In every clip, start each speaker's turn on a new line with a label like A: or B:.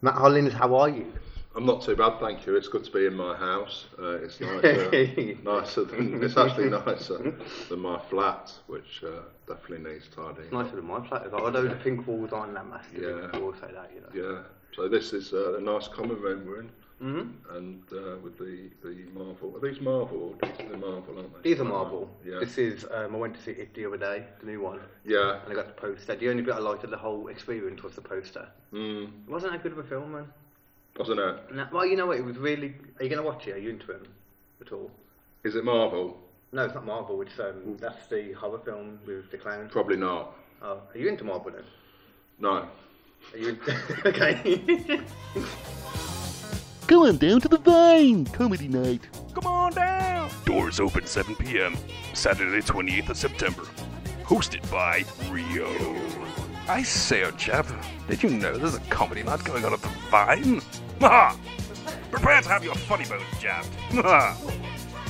A: Matt Hollins, how are you?
B: I'm not too bad, thank you. It's good to be in my house. Uh, it's nicer, nicer than it's actually nicer than my flat, which uh, definitely needs tidying.
A: It's nicer than my flat. I've got a load of pink walls on that master.
B: Yeah.
A: We'll say that, you know.
B: Yeah. So this is uh, a nice common room we're in,
A: Mhm.
B: and uh, with the the Marvel. Are these Marvel? Or these are the Marvel, aren't they?
A: These are marble.
B: Yeah.
A: This is, um, I went to see it the other day, the new one,
B: Yeah.
A: and I got the poster. The only bit I liked of the whole experience was the poster.
B: Mm.
A: It wasn't that good of a film, man.
B: Wasn't it?
A: No, well, you know what? It was really. Are you going to watch it? Are you into it at all?
B: Is it Marvel?
A: No, it's not Marvel. It's
B: Mm.
A: um, that's the horror film with the clown.
B: Probably not.
A: Oh, are you into Marvel then?
B: No.
A: Are you okay?
C: Come on down to the Vine comedy night.
D: Come on down! Doors open 7 p.m. Saturday, 28th of September. Hosted by Rio. I say, oh, chap, did you know there's a comedy night going on at the Vine? Ha! Prepare to have your funny bone jabbed. Ha!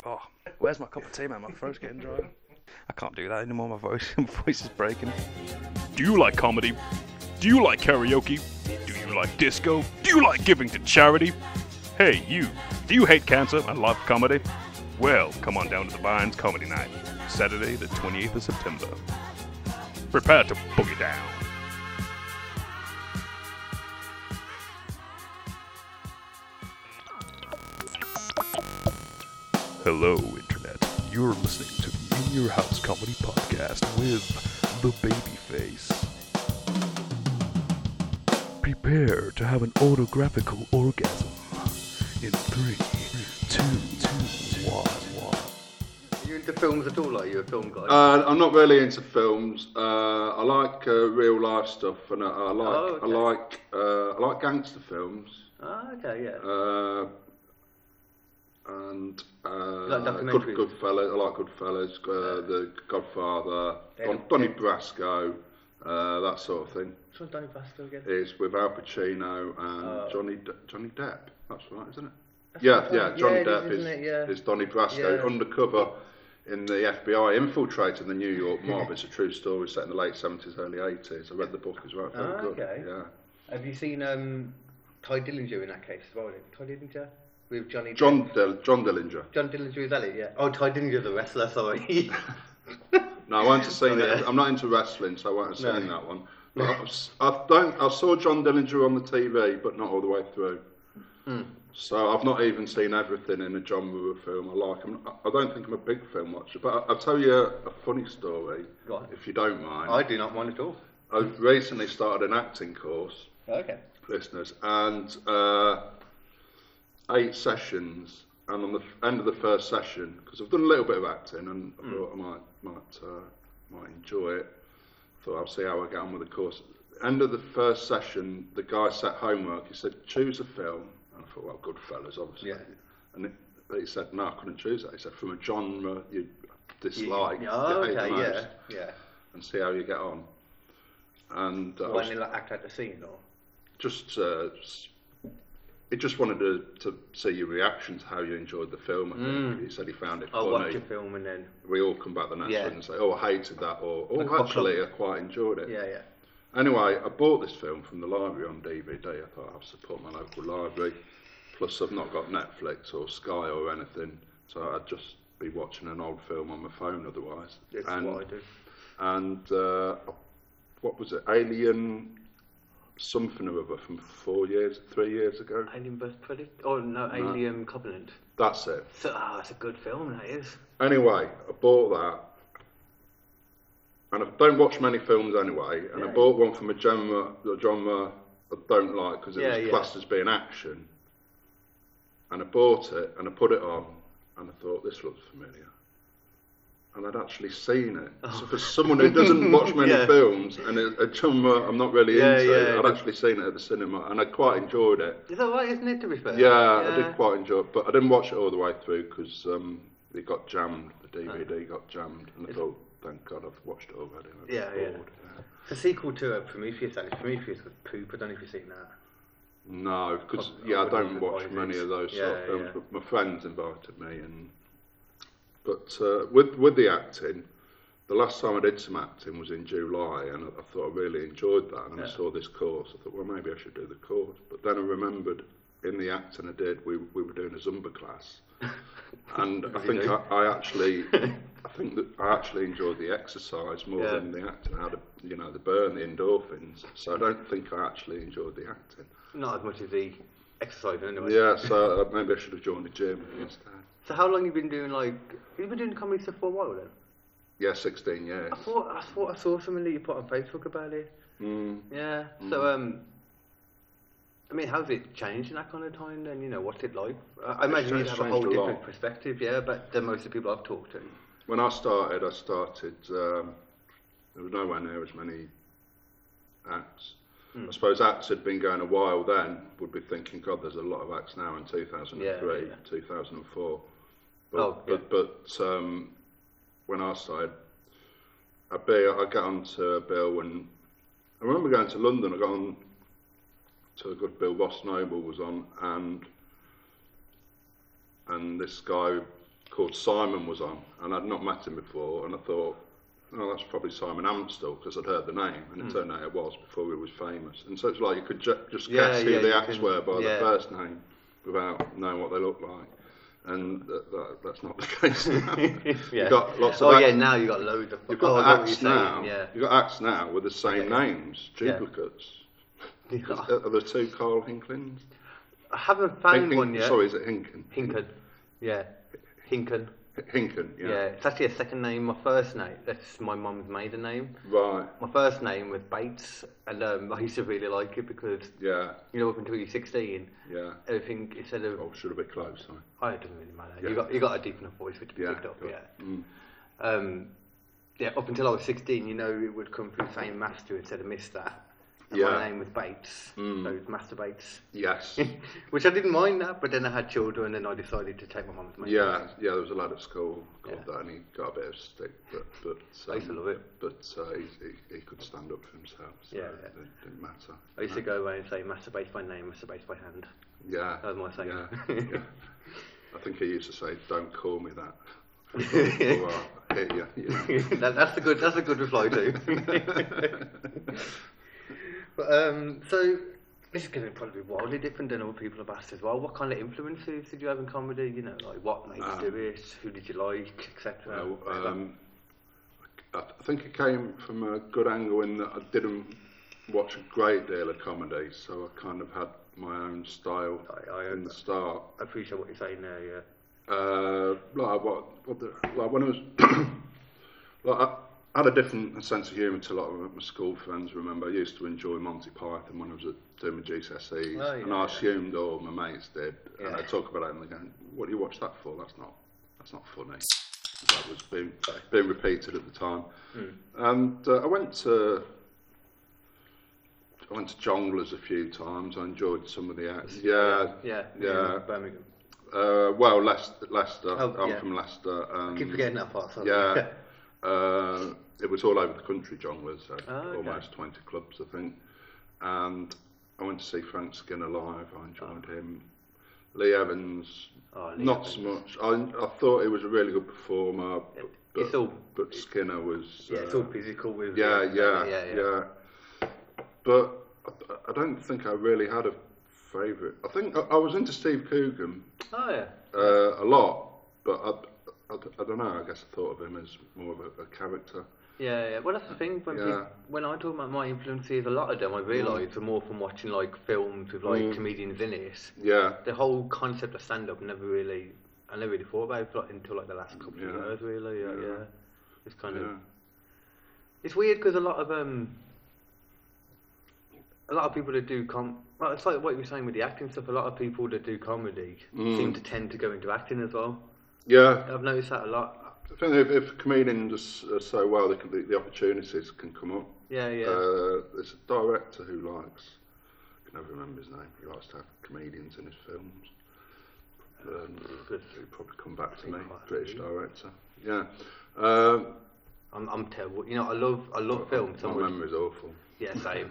D: oh, where's my cup of tea, man? My throat's getting dry. I can't do that anymore. My voice, my voice is breaking. Do you like comedy? Do you like karaoke? Do you like disco? Do you like giving to charity? Hey, you, do you hate cancer and love comedy? Well, come on down to the Vines Comedy Night, Saturday, the 28th of September. Prepare to boogie down. Hello, Internet. You're listening to the In Your House Comedy Podcast with The Babyface. Prepare to have an autographical orgasm in three, two, two, one, one.
A: are you into films at all? Are you a film guy?
B: Uh, I'm not really into films. Uh, I like uh, real life stuff, and I, I like
A: Oh, okay.
B: I like uh, I like gangster films.
A: Ah, okay, yeah.
B: Uh, and uh,
A: like
B: good,
A: documentaries?
B: good I like Goodfellas, uh, The Godfather,
A: Yeah.
B: Don, Donnie Brasco, uh, that sort of thing.
A: Which one's Donnie Brasco again?
B: It's with Al Pacino and
A: Uh,
B: Johnny De- Johnny Depp. That's right, isn't it?
A: the
B: yeah,
A: one.
B: yeah. Johnny
A: Yeah, it is,
B: Depp
A: isn't it? Yeah.
B: is Donnie Brasco
A: Yeah.
B: undercover in the FBI, infiltrating the New York mob. it's a true story set in the late seventies, early eighties. I read the book as well. It's very
A: Ah,
B: good.
A: okay.
B: Yeah.
A: Have you seen um, Ty Dillinger in that case as well? Is it Ty Dillinger with Johnny.
B: John Del- John Dillinger.
A: John Dillinger is that it? Yeah. Oh, Ty Dillinger's a wrestler. Sorry.
B: No, I won't have seen
A: Oh,
B: it.
A: yeah.
B: I'm not into wrestling, so I won't have
A: No.
B: seen that one. But I, was- I don't. I saw John Dillinger on the TV, but not all the way through.
A: Hmm.
B: So I've not even seen everything in a John Woo film I like. I'm, I don't think I'm a big film watcher, but I, I'll tell you a, a funny story,
A: Go on.
B: if you don't mind.
A: I do not mind at all.
B: I recently started an acting course
A: Okay.
B: listeners, and uh, eight sessions. And on the f- end of the first session, because I've done a little bit of acting, and I thought I
A: Hmm.
B: might might uh, might enjoy it. Thought I'll see how I get on with the course. End of the first session, the guy set homework. He said, "Choose a film." And I thought, "Well, Goodfellas, obviously."
A: Yeah.
B: And it, he said, "No, I couldn't choose that." He said, "From a genre you dislike,
A: Oh,
B: you hate the
A: okay.
B: most,
A: Yeah. Yeah.
B: and see how you get on." And uh, I
A: Why
B: was
A: didn't they like, act out the scene or?
B: just uh, s- he just wanted to, to see your reaction to how you enjoyed the film. I think
A: Mm.
B: he said he found it
A: I'll watch
B: funny.
A: a film and then.
B: We all come back the next
A: Yeah.
B: one and say, "Oh, I hated that," or "Oh,
A: Like,
B: actually, I quite enjoyed it."
A: Yeah, yeah.
B: Anyway, I bought this film from the library on DVD. I thought I'll support my local library. Plus, I've not got Netflix or Sky or anything, so I'd just be watching an old film on my phone otherwise.
A: It's
B: and
A: what I do.
B: and uh, what was it, Alien something or other from four years, three years ago?
A: Alien vs Predator. Oh no, Alien Covenant.
B: That's it.
A: So ah, it's a good film. That is.
B: Anyway, I bought that, and I don't watch many films anyway. And I
A: Yeah.
B: bought one from a genre, a genre I don't like because it
A: Yeah,
B: was
A: yeah.
B: classed as being action. And I bought it and I put it on, and I thought this looks familiar. And I'd actually seen it. So for someone who doesn't watch many
A: Oh. Yeah.
B: films and a, a genre I'm not really
A: Yeah,
B: into,
A: yeah,
B: I'd
A: but-
B: actually seen it at the cinema and I quite enjoyed it.
A: It's alright, isn't it? To be fair.
B: Yeah, I did quite enjoy it, but I didn't watch it all the way through because um, it got jammed. The DVD got jammed, and I thought, thank God I've watched it already. and I'm
A: Yeah, yeah. It's a sequel to uh, Prometheus. That is Prometheus was poop. I don't know if you've seen that.
B: No, because
A: I- I
B: yeah, I
A: wouldn't
B: don't
A: have
B: watch
A: advised
B: many
A: it.
B: of those sort
A: Yeah,
B: of films,
A: yeah.
B: but my friends invited me, and but uh, with with the acting, the last time I did some acting was in July, and I, I thought I really enjoyed that. And I
A: Yeah.
B: saw this course. I thought, well, maybe I should do the course. But then I remembered in the acting I did, we, we were doing a Zumba class, and I
A: you
B: think
A: do.
B: I, I actually, I think that I actually enjoyed the exercise more
A: Yeah.
B: than the acting. I had, a, you know, the burn, the endorphins. So I don't think I actually enjoyed the acting.
A: Not as much as the exercising anyway.
B: Yeah, so uh, maybe I should have joined the gym instead.
A: So how long you been doing like you've been doing comedy stuff for a while then?
B: Yeah, 16 years.
A: I thought I thought I saw something that you put on Facebook about it.
B: Mm.
A: Yeah. So um, I mean, how's it changed in that kind of time? Then you know, what's it like? I, I imagine you
B: changed-
A: have a whole
B: changed a lot.
A: different perspective, yeah, but than most of the people I've talked to.
B: When I started, I started. Um, there was nowhere near as many acts.
A: Hmm.
B: I suppose acts had been going a while then. Would be thinking, God, there's a lot of acts now in 2003,
A: Yeah, yeah.
B: 2004. But,
A: Oh, yeah.
B: but, but um, when I started, I bill, I got on to Bill and I remember going to London. I got on to a good Bill Ross Noble was on, and and this guy called Simon was on, and I'd not met him before, and I thought, oh, that's probably Simon Amstel because I'd heard the name,
A: Hmm.
B: and it turned out it was before he was famous, and so it's like you could ju- just
A: Yeah,
B: guess who
A: yeah, you
B: the acts
A: can-
B: were by
A: yeah.
B: the first name without knowing what they looked like. And that, that, that's not the case now. You've got lots of
A: oh
B: acts
A: yeah, now you have got loads of.
B: You've
A: oh, I
B: got
A: know what
B: acts
A: you're saying,
B: now.
A: Yeah.
B: You've got acts now with the same
A: Yeah.
B: names,
A: Yeah. Oh.
B: duplicates.
A: Yeah.
B: Are there two Carl Hinklins?
A: I haven't found
B: Hinkin-
A: one yet.
B: Sorry, is it Hinkin?
A: Hinken. Yeah. Hinken.
B: Hinkin, yeah.
A: Yeah. It's actually a second name. My first name. That's my mum's maiden name.
B: Right,
A: My first name was Bates, and um, I used to really like it because
B: yeah,
A: you know up until you're 16,
B: yeah.
A: everything instead of
B: Oh, should have been close, sorry.
A: Oh, it doesn't really matter. You
B: Yeah.
A: got you got a deep enough voice for it to be
B: Yeah,
A: picked up.
B: got-
A: Yeah.
B: mm.
A: Um, yeah. Up until I was sixteen, you know, it would come from the same master instead of Mister. And
B: Yeah. Mm.
A: My name was Bates. So it was Master Bates,
B: Yes.
A: which I didn't mind that, but then I had children, and I decided to take my mum's name.
B: yeah, yeah, there was a lad at school called
A: Yeah.
B: that, and he got a bit of stick, but. but
A: I used to
B: um,
A: love it.
B: But uh, he, he, he could stand up for himself, so
A: Yeah, yeah.
B: it didn't- didn't matter.
A: I used to go around and say Master Bates by name, Master Bates by hand.
B: Yeah.
A: That was my thing.
B: Yeah, yeah. I think he used to say, don't call me that. or uh, I'll hit you, you know.
A: that, that's a good that's a good reply too. but, um, so this is going to probably be wildly different than other people have asked as well. What kind of influences did you have in comedy? You know, like what made you do it? Who did you like, etc.
B: Ah. No, um, I I think it came from a good angle in that I didn't watch a great deal of comedy, so I kind of had my own style
A: I- I-
B: in the start.
A: I appreciate what you're saying there. Yeah.
B: Uh, like what, what the, like when I was like I I had a different sense of humour to a lot of my school friends. Remember, I used to enjoy Monty Python when I was at, doing my GCSEs,
A: Oh,
B: E, and
A: yeah,
B: I
A: yeah.
B: assumed all my mates did. And
A: Yeah.
B: I talk about it, and they're going, "What do you watch that for? That's not that's not funny." That was being being repeated at the time,
A: Hmm.
B: and uh, I went to. I went to Jonglers a few times. I enjoyed some of the acts. Yeah,
A: Yeah.
B: yeah.
A: Birmingham.
B: Uh, well, Leicester. Leicester.
A: Oh,
B: I'm
A: yeah.
B: from Leicester. Um,
A: Keep forgetting that part. Sorry.
B: Yeah. uh, it was all over the country, John was. So
A: Oh, okay.
B: Almost 20 clubs, I think. And I went to see Frank Skinner live. I enjoyed him. Lee Evans,
A: Oh, Lee
B: not so much. I, I thought he was a really good performer, but, but,
A: It's all-
B: but Skinner was.
A: yeah. It's
B: uh,
A: all physical with.
B: yeah, yeah,
A: yeah,
B: yeah, But I, I don't think I really had a favourite. I think I, I was into Steve Coogan
A: Oh yeah.
B: uh, a lot, but I, I, I don't know. I guess I thought of him as more of a, a character.
A: Yeah, yeah. Well, that's the thing. When,
B: Yeah.
A: peop- when I talk about my influences, a lot of them I realise are more from watching like films with
B: Mm.
A: like comedians in it.
B: Yeah,
A: The whole concept of stand up never really, I never really thought about it like, until like the last couple of
B: Yeah.
A: years, really. Yeah, yeah.
B: Yeah.
A: It's kind of
B: yeah,
A: it's weird because a lot of um, a lot of people that do com, well, it's like what you were saying with the acting stuff. A lot of people that do comedy
B: Mm.
A: seem to tend to go into acting as well.
B: yeah.
A: I've noticed that a lot.
B: I think if, if comedians are so well, they can, the, the opportunities can come up.
A: Yeah, yeah.
B: Uh, there's a director who likes. I can never remember his name. He likes to have comedians in his films. Um,
A: But
B: he'll probably come back to me.
A: quite a
B: British
A: few.
B: director. Yeah. Um,
A: I'm, I'm terrible. You know, I love I
B: uh,
A: love films. so
B: my
A: much.
B: memory's awful.
A: Yeah, same.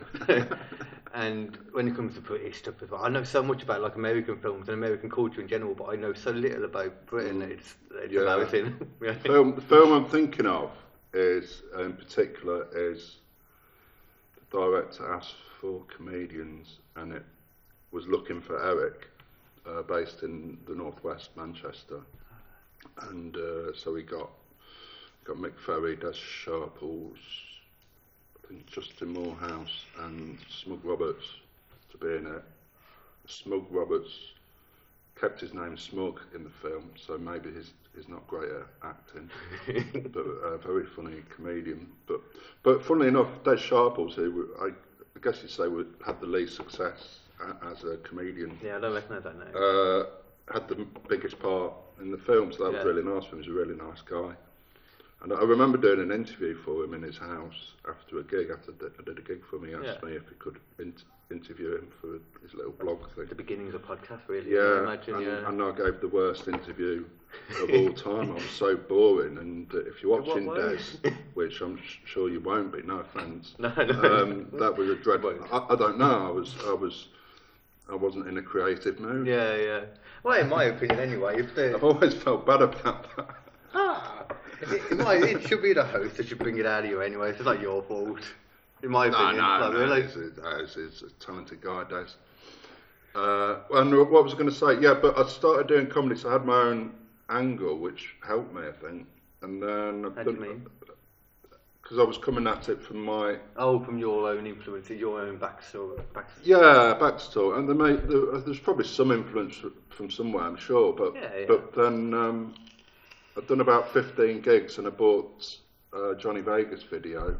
A: and when it comes to British stuff as well, I know so much about like American films and American culture in general, but I know so little about Britain. that It's, it's
B: Yeah.
A: embarrassing. Yeah.
B: Film, the film I'm thinking of is, in particular, is the director asked for comedians, and it was looking for Eric, uh, based in the northwest Manchester, and uh, so we got got Mick Ferry, Des Sharples, I think Justin Morehouse, and Smug Roberts to be in it. Smug Roberts kept his name Smug in the film, so maybe he's he's not great at acting, but a very funny comedian. But but funnily enough, Des Sharples, who I, I guess you'd say would had the least success a- as a comedian,
A: Yeah, I don't recognise that name.
B: uh, had the biggest part in the film, so that was
A: Yeah.
B: really nice for him. He's a really nice guy. And I remember doing an interview for him in his house after a gig. After the- I did a gig for him, he asked
A: Yeah.
B: me if he could in- interview him for his little blog thing.
A: the beginnings of podcast, really. I
B: Yeah,
A: imagine,
B: and,
A: yeah.
B: and I gave the worst interview of all time. I was so boring, and uh, if you're
A: In what
B: watching
A: way?
B: Des, which I'm sh- sure you won't be, no offence,
A: No, no.
B: um, that was a dreadful. I, I don't know. I was, I was, I wasn't in a creative mood.
A: yeah, yeah. Well, in my opinion, anyway, if the
B: I've always felt bad about that.
A: Ah, it, well, it should be the host that should bring it out of you anyway. so It's not your fault. In my
B: No,
A: opinion,
B: no,
A: Like, we're
B: no.
A: like-
B: he's, a, he's- he's a talented guy, Des. Uh, and what was I going to say? Yeah, but I started doing comedy, so I had my own angle, which helped me, I think. And then I've
A: How do you
B: done-
A: mean?
B: because I was coming at it from my
A: Oh, from your own influence, your own backstory. backstory.
B: yeah backstory, and there may, there, uh, there's probably some influence fr- from somewhere, I'm sure. But
A: Yeah, yeah.
B: but then um, I've done about 15 gigs, and I bought uh, Johnny Vegas video,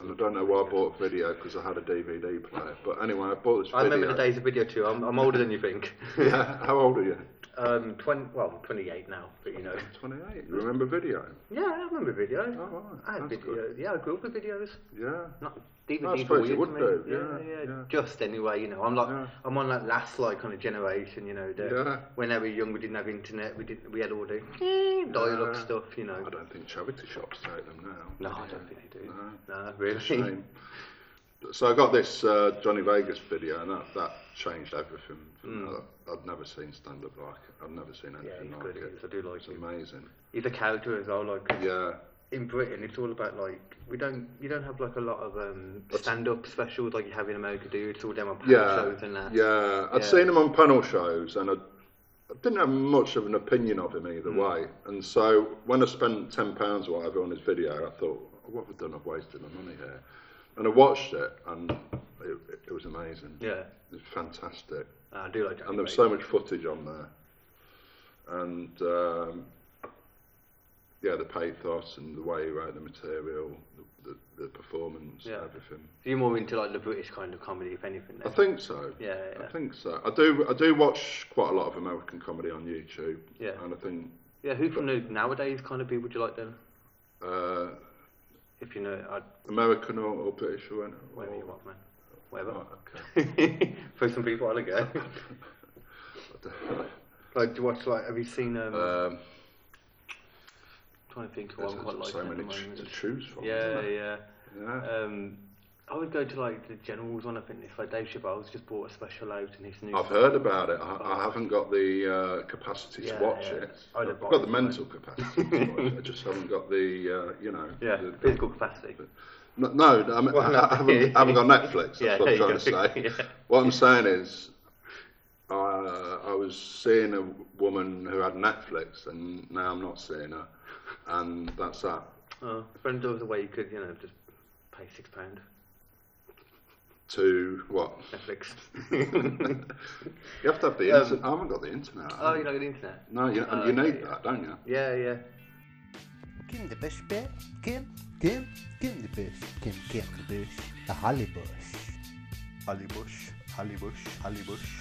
B: and I don't know why I bought video because I had a DVD player. But anyway, I bought this. Video.
A: I remember the days of video too. I'm, I'm older than you think.
B: How old are you?
A: um, 20, well, I'm 28 now, but you know.
B: 28. You remember video?
A: Yeah, I remember video.
B: Oh, right.
A: I had
B: That's
A: video.
B: good.
A: Yeah, I grew up with videos.
B: Yeah.
A: Not DVDs
B: I
A: were
B: suppose you
A: weird
B: would
A: to me.
B: do, yeah,
A: yeah,
B: yeah.
A: Just anyway, you know, I'm like,
B: Yeah.
A: I'm on that last like kind of generation, you know. That
B: Yeah.
A: When I was young, we didn't have internet. We didn't. We had all the eh, dial-up
B: Yeah.
A: stuff, you know.
B: I don't think charity shops take them now.
A: No, I don't think they do.
B: No.
A: No,
B: Shame.
A: really.
B: So I got this uh, Johnny Vegas video, and that, that changed everything. for me. I, I'd never seen stand up like it. I've never seen
A: Hmm. Yeah,
B: anything
A: he's
B: like
A: good.
B: it.
A: He's, I do like
B: It's
A: him.
B: amazing.
A: He's a character as well. Like
B: Yeah,
A: in Britain, it's all about like we don't you don't have like a lot of um, stand-up specials like you have in America. Do you? it's all them on panel
B: yeah,
A: shows and that.
B: yeah. I'd
A: Yeah.
B: seen him on panel shows, and I, I didn't have much of an opinion of him
A: Hmm.
B: either way. And so when I spent ten pounds or whatever on his video, I thought, what have I done? I've wasted my money here. And I watched it, and it, it was amazing.
A: Yeah.
B: it was fantastic.
A: I do like. Johnny
B: and there was
A: Vegas.
B: so much footage on there, and um, yeah, the pathos and the way he wrote the material, the, the, the performance,
A: Yeah.
B: everything.
A: So you're more into like the British kind of comedy, if anything.
B: I
A: Then.
B: think so.
A: Yeah,
B: I
A: yeah.
B: think so. I do. I do watch quite a lot of American comedy on YouTube.
A: Yeah.
B: and I think
A: Yeah, who from the nowadays kind of people would you like then?
B: uh,
A: If you know, I'd,
B: American or, or British or any-
A: whatever you want, man. Whatever.
B: Oh, okay.
A: For some people, I'll go. like, do you watch, like, have you seen, um,
B: Um,
A: trying to think of
B: there's
A: one quite like
B: so
A: that at the
B: many ch-
A: moment.
B: to choose from.
A: Yeah,
B: isn't there?
A: yeah.
B: yeah.
A: Um, I would go to, like, the Generals one, I think. It's like Dave Chappelle's just bought a special out and his new...
B: I've heard about it. I, I haven't got the uh, capacity
A: Yeah,
B: to watch
A: yeah.
B: it.
A: I'd
B: I've
A: have
B: got
A: bought
B: the
A: it,
B: mental capacity to watch it. I just haven't got the, uh, you know.
A: yeah,
B: the-
A: physical capacity.
B: no, no, I, mean,
A: Well,
B: I-
A: no.
B: I haven't, I haven't got Netflix. That's
A: Yeah,
B: what I'm
A: there
B: trying
A: you
B: to say.
A: go. Yeah.
B: What I'm saying is, uh, I was seeing a woman who had Netflix, and now I'm not seeing her, and that's that.
A: Oh, friend was a way you could, you know, just pay six pound
B: To what?
A: Netflix.
B: You have to have the
A: Um,
B: internet. I haven't got the internet.
A: oh, you don't get the internet.
B: no, you, and
A: Oh,
B: you
A: okay,
B: need
A: yeah.
B: that, don't you?
A: Yeah, yeah.
E: Give him the bush, bit. Give him, give him, give him the bush. Give him, give him the bush. The holly bush. Holly bush, holly bush, holly bush.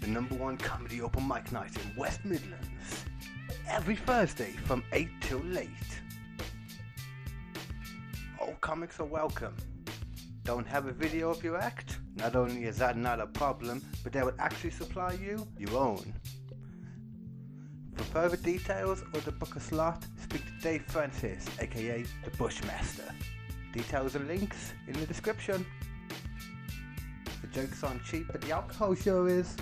E: The number one comedy open mic night in West Midlands. Every Thursday from 8 till late. All comics are welcome. Don't have a video of your act? Not only is that not a problem, but they would actually supply you your own. For further details or to book a slot, speak to Dave Francis, aka the Bushmaster. Details and links in the description. The jokes aren't cheap, but the alcohol sure is.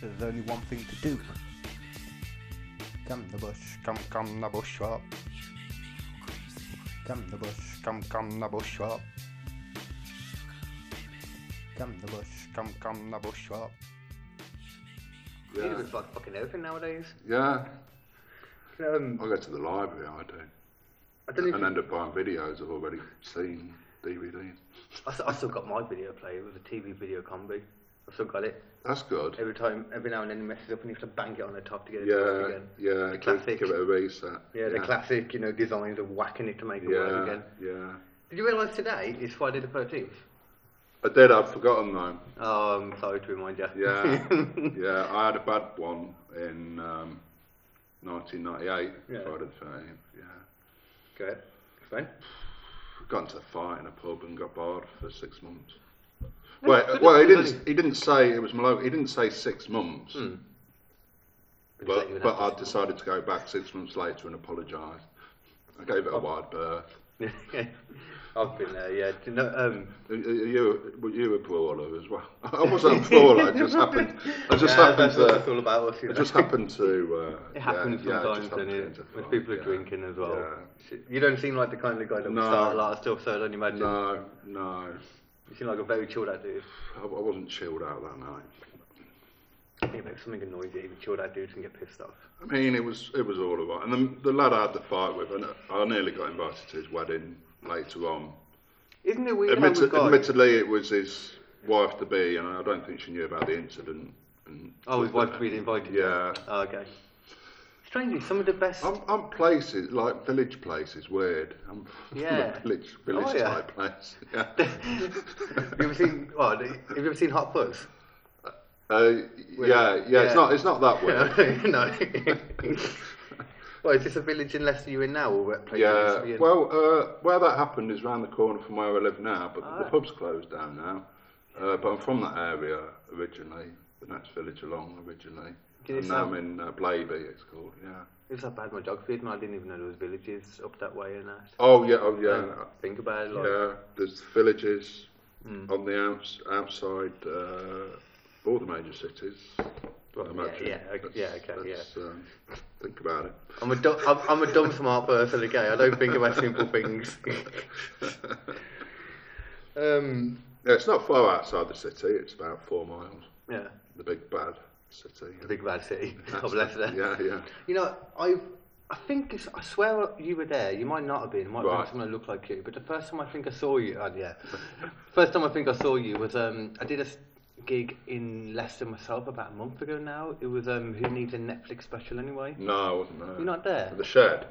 E: So there's only one thing to do. Come the bush, come come the bush up. Come the bush, come come the bush up. Come the bush, come come the bush up.
A: You
B: Yeah.
A: can just like fucking everything nowadays.
B: Yeah.
A: Um,
B: I go to the library, I do.
A: I don't know if
B: And
A: you-
B: end up buying videos I've already seen, DVDs.
A: I, s- I still got my video player with a TV video combo. I've still got it.
B: That's good.
A: Every time, every now and then it messes up and you have to bang it on the top to get it to work
B: Yeah,
A: again.
B: yeah. Give,
A: classic.
B: give it a reset.
A: Yeah, the classic, you know, designs of whacking it to make it work
B: Yeah,
A: again.
B: yeah.
A: Did you realise today is Friday the 13th?
B: I did, I'd forgotten though.
A: Oh, I'm sorry to remind you.
B: Yeah, yeah. I had a bad one in um, 1998,
A: Yeah.
B: Friday the 13th. uh, Yeah.
A: Go ahead. Explain.
B: Got into a fight in a pub and got barred for six months. Wait,
A: good
B: well, he
A: luck,
B: didn't. He didn't say it was Malone. He didn't say six months.
A: Hmm.
B: But, but I decided to go back six months later and apologise. I gave
A: Oh.
B: it a wide berth.
A: I've been there, yeah. Do you know, um,
B: You- You were you a brawler as well. I wasn't a brawler. I just happened. I just
A: yeah,
B: happened
A: that's what it's
B: to.
A: all about. us, you
B: I
A: know.
B: just happened to. Uh,
A: It happens
B: yeah, yeah, I
A: sometimes,
B: just
A: doesn't
B: happened
A: it?
B: to
A: When
B: fight,
A: people are
B: yeah.
A: drinking as well.
B: Yeah.
A: You don't seem like the kind of guy that would
B: No.
A: start a lot of stuff, so I don't imagine.
B: No, no.
A: You seem like a very chilled out dude.
B: I, I wasn't chilled out that night.
A: I think that's something annoys you. Even chilled out dudes can get pissed off.
B: I mean, it was it was all right. And the, the lad I had the fight with, and I nearly got invited to his wedding later on.
A: Isn't it weird how
B: Admitted,
A: we've got...
B: admittedly, it was his wife to be, and I don't think she knew about the incident. And
A: Oh, his wife really invited you.
B: Yeah. Oh.
A: Oh, okay. Strangely, some of the best...
B: I'm, I'm places like village places weird. I'm from a
A: Yeah.
B: village village
A: Oh, yeah.
B: type place. Yeah.
A: have you ever seen... Well, have you ever seen Hot Fuzz?
B: uh, yeah, yeah,
A: Yeah.
B: It's not it's not that
A: no.
B: weird.
A: well, is this a village in Leicester you're in now, or what place you used
B: Yeah.
A: to be in?
B: Well, uh, where that happened is round the corner from where I live now, but
A: Ah.
B: the pub's closed down now. Uh, but I'm from that area originally, the next village along originally.
A: Can you
B: and now
A: sound-
B: I'm in uh, Blaby, it's called. Yeah.
A: It was how bad my geography is, man. I didn't even know there was villages up that way and that.
B: Oh yeah. Oh
A: Don't
B: yeah.
A: think about it. Like,
B: Yeah, there's villages
A: Hmm.
B: on the outs, outside uh, all the major cities. I imagine.
A: yeah, okay,
B: That's-
A: yeah, okay, yeah.
B: that's, um, think about it.
A: I'm a dumb, I'm, I'm a dumb smart person. Okay, I don't think about simple things. um,
B: Yeah, it's not far outside the city. It's about four miles.
A: yeah,
B: The big bad city.
A: the big bad city of Leicester.
B: Yeah, yeah.
A: You know, I I think it's, I swear you were there. You might not have been. It might have
B: Right.
A: been someone who looked like you. But the first time I think I saw you, uh, yeah, first time I think I saw you was um, I did a s- gig in Leicester myself about a month ago now. It was um, Who Needs a Netflix Special Anyway.
B: No, I wasn't there.
A: You're not there.
B: The shed.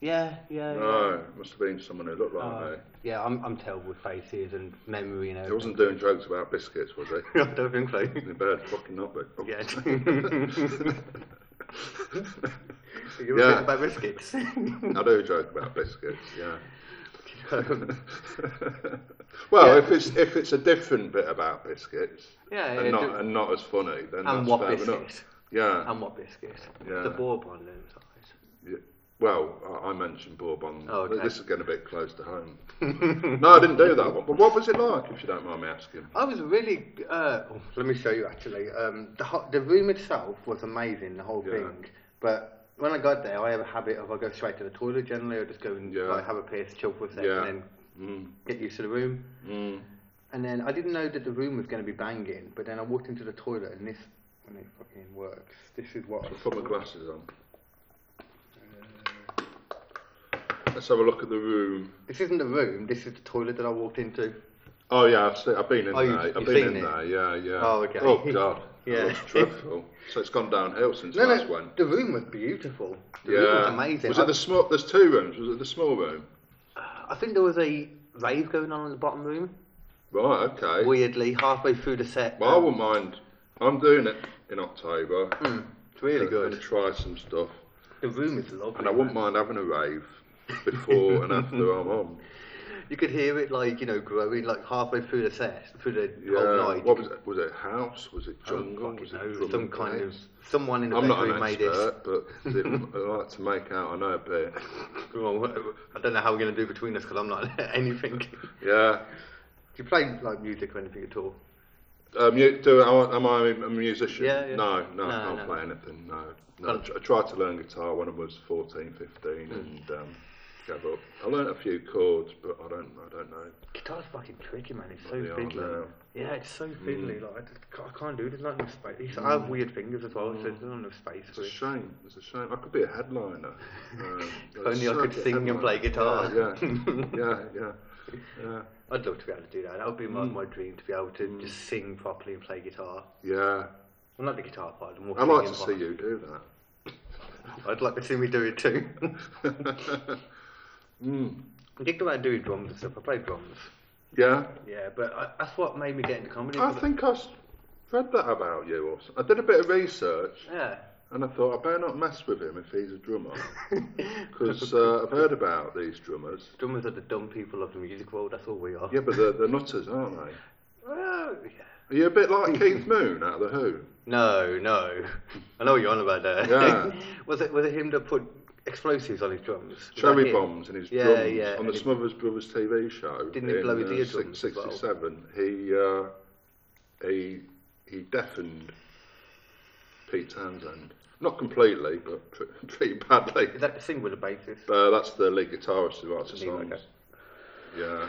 A: Yeah, yeah. yeah.
B: No, it must have been someone who looked like
A: Uh,
B: me.
A: yeah, I'm I'm terrible with faces and memory and
B: He
A: everything.
B: wasn't doing jokes about biscuits, was he?
A: I don't think so.
B: He better fucking not be.
A: Yeah. you were
B: Yeah. uh,
A: talking about biscuits.
B: I do joke about biscuits, yeah. well, if it's if it's a different bit about biscuits,
A: Yeah,
B: and
A: yeah,
B: not
A: do-
B: and not as funny, then
A: and
B: that's
A: what
B: fair enough.
A: biscuits?
B: Yeah.
A: And what biscuits?
B: Yeah.
A: The Bourbon then, size.
B: yeah. Well, I, I mentioned Bourbon.
A: Oh, okay.
B: This is getting a bit close to home. no, I didn't do that one. But what was it like, if you don't mind me asking?
A: I was really. Uh, oh, let me show you actually. Um, the ho- the room itself was amazing, the whole
B: Yeah.
A: thing. But when I got there, I have a habit of I go straight to the toilet generally. I just go and
B: Yeah.
A: like, have a piss, chill for a second,
B: Yeah.
A: and
B: Mm.
A: then get used to the room. And then I didn't know that the room was going to be banging. But then I walked into the toilet, and this when it fucking works. This is what. I
B: I'll put my glasses on. Let's have a look at the room.
A: This isn't the room. This is the toilet that I walked into.
B: Oh yeah, I've, seen, I've been in
A: Oh, you've-
B: there. I've
A: you've
B: been
A: seen
B: in
A: it?
B: there. Yeah, yeah.
A: Oh, okay.
B: Oh god.
A: Yeah.
B: It looks dreadful. so it's gone downhill since
A: No,
B: last
A: no,
B: one.
A: the room was beautiful. The room
B: Yeah.
A: was amazing.
B: Was
A: I-
B: it the small? There's two rooms. Was it the small room?
A: I think there was a rave going on in the bottom room.
B: Right. Okay.
A: Weirdly, halfway through the set.
B: well, I wouldn't mind. I'm doing it in October.
A: it's really
B: I'm going to
A: good.
B: try some stuff,
A: The room is lovely.
B: and I wouldn't mind having a rave before and after I'm on.
A: You could hear it like you know growing like halfway through the set, through the whole
B: Yeah.
A: night.
B: What was it? Was it house? Was it
A: I don't
B: jungle?
A: fucking
B: Was it
A: know,
B: drum
A: some
B: and
A: kind of
B: bass?
A: someone in the
B: I'm not
A: bedroom
B: an
A: made this.
B: expert, but it, I like to make out I know a bit.
A: Well, I don't know how we're gonna do between us because I'm not anything. do
B: Yeah.
A: you play like music or anything at all?
B: Um, you, do I, am I a musician?
A: Yeah, yeah.
B: No,
A: No,
B: no, I can't
A: no.
B: play anything. No, no. I
A: Can't- Hmm.
B: tr- I tried to learn guitar when I was 14, 15, and um, gave up. I learnt a few chords, but I don't, I don't know.
A: Guitar's fucking tricky, man. It's so
B: Bloody hard
A: fiddly.
B: now.
A: Yeah, it's so fiddly. Like I, just, ca- I can't do it. There's not enough space. I have weird fingers as well, so there's not enough space
B: It's
A: for
B: a
A: it.
B: shame. It's a shame. I could be a headliner. Uh,
A: If only I could
B: circuit
A: sing and
B: headliner.
A: play guitar.
B: Yeah, yeah, yeah. yeah.
A: I'd love to be able to do that. That would be my, my dream to be able to just sing properly and play guitar.
B: yeah. yeah.
A: Well, not the guitar part. the more
B: I'd like
A: singing
B: to see
A: part.
B: you do that.
A: I'd like to see me do it too. I think about doing drums and stuff. I play drums.
B: Yeah.
A: Yeah, but I, that's what made me get into comedy.
B: I think I s- read that about you. Or s- I did a bit of research
A: Yeah.
B: and I thought I better not mess with him if he's a drummer. Because uh, I've heard about these drummers.
A: Drummers are the dumb people of the music world. That's all we are.
B: Yeah, but they're, they're nutters, aren't they?
A: Well, yeah.
B: Are you a bit
A: Hmm.
B: like Keith Moon out of The Who?
A: No, no. I know what you're on about there.
B: Yeah.
A: was it was it him that put explosives on his drums? Was that
B: Cherry
A: him?
B: bombs in his
A: Yeah,
B: drums
A: yeah,
B: on
A: and
B: the
A: he-
B: Smothers Brothers TV show.
A: Didn't he blow
B: in,
A: his
B: uh,
A: eardrums as
B: six-
A: well?
B: 67. He, uh, he, he deafened Pete Townsend. Not completely, but pr- pretty badly.
A: Is that the singer with the bassist?
B: Uh, that's the lead guitarist who writes the
A: Lead,
B: songs.
A: okay.
B: Yeah.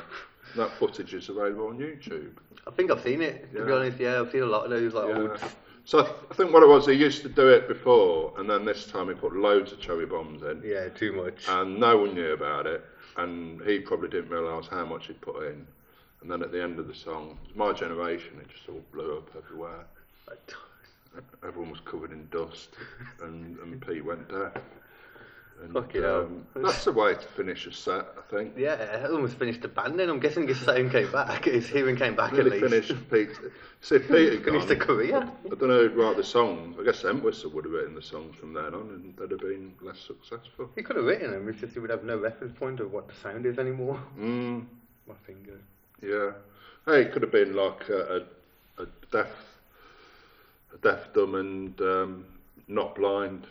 B: That footage is available on YouTube.
A: I think I've seen it. To be
B: Yeah.
A: honest, yeah, I've seen a lot of those. Like, old-
B: Yeah. So I, th- I think what it was, he used to do it before, and then this time he put loads of cherry bombs in.
A: yeah, too much.
B: and no one knew about it, and he probably didn't realise how much he'd put in. And then at the end of the song, it was my generation, it just all blew up everywhere. Everyone was covered in dust, and, and Pete went deaf. And, um,
A: Fucking hell.
B: that's the way to finish a set, I think.
A: yeah, I almost finished the band. Then I'm guessing his sound came back. His hearing came back at
B: Really
A: least.
B: finished Pete. See, if Pete had
A: Finished the
B: gone.
A: career.
B: I don't know who wrote the songs. I guess Entwistle would have written the songs from then on, and they'd have been less successful.
A: He could have written them. It's just he would have no reference point of what the sound is anymore.
B: Mm.
A: My finger.
B: Yeah. Hey, it could have been like a, a, a deaf, a deaf, dumb, and um, not blind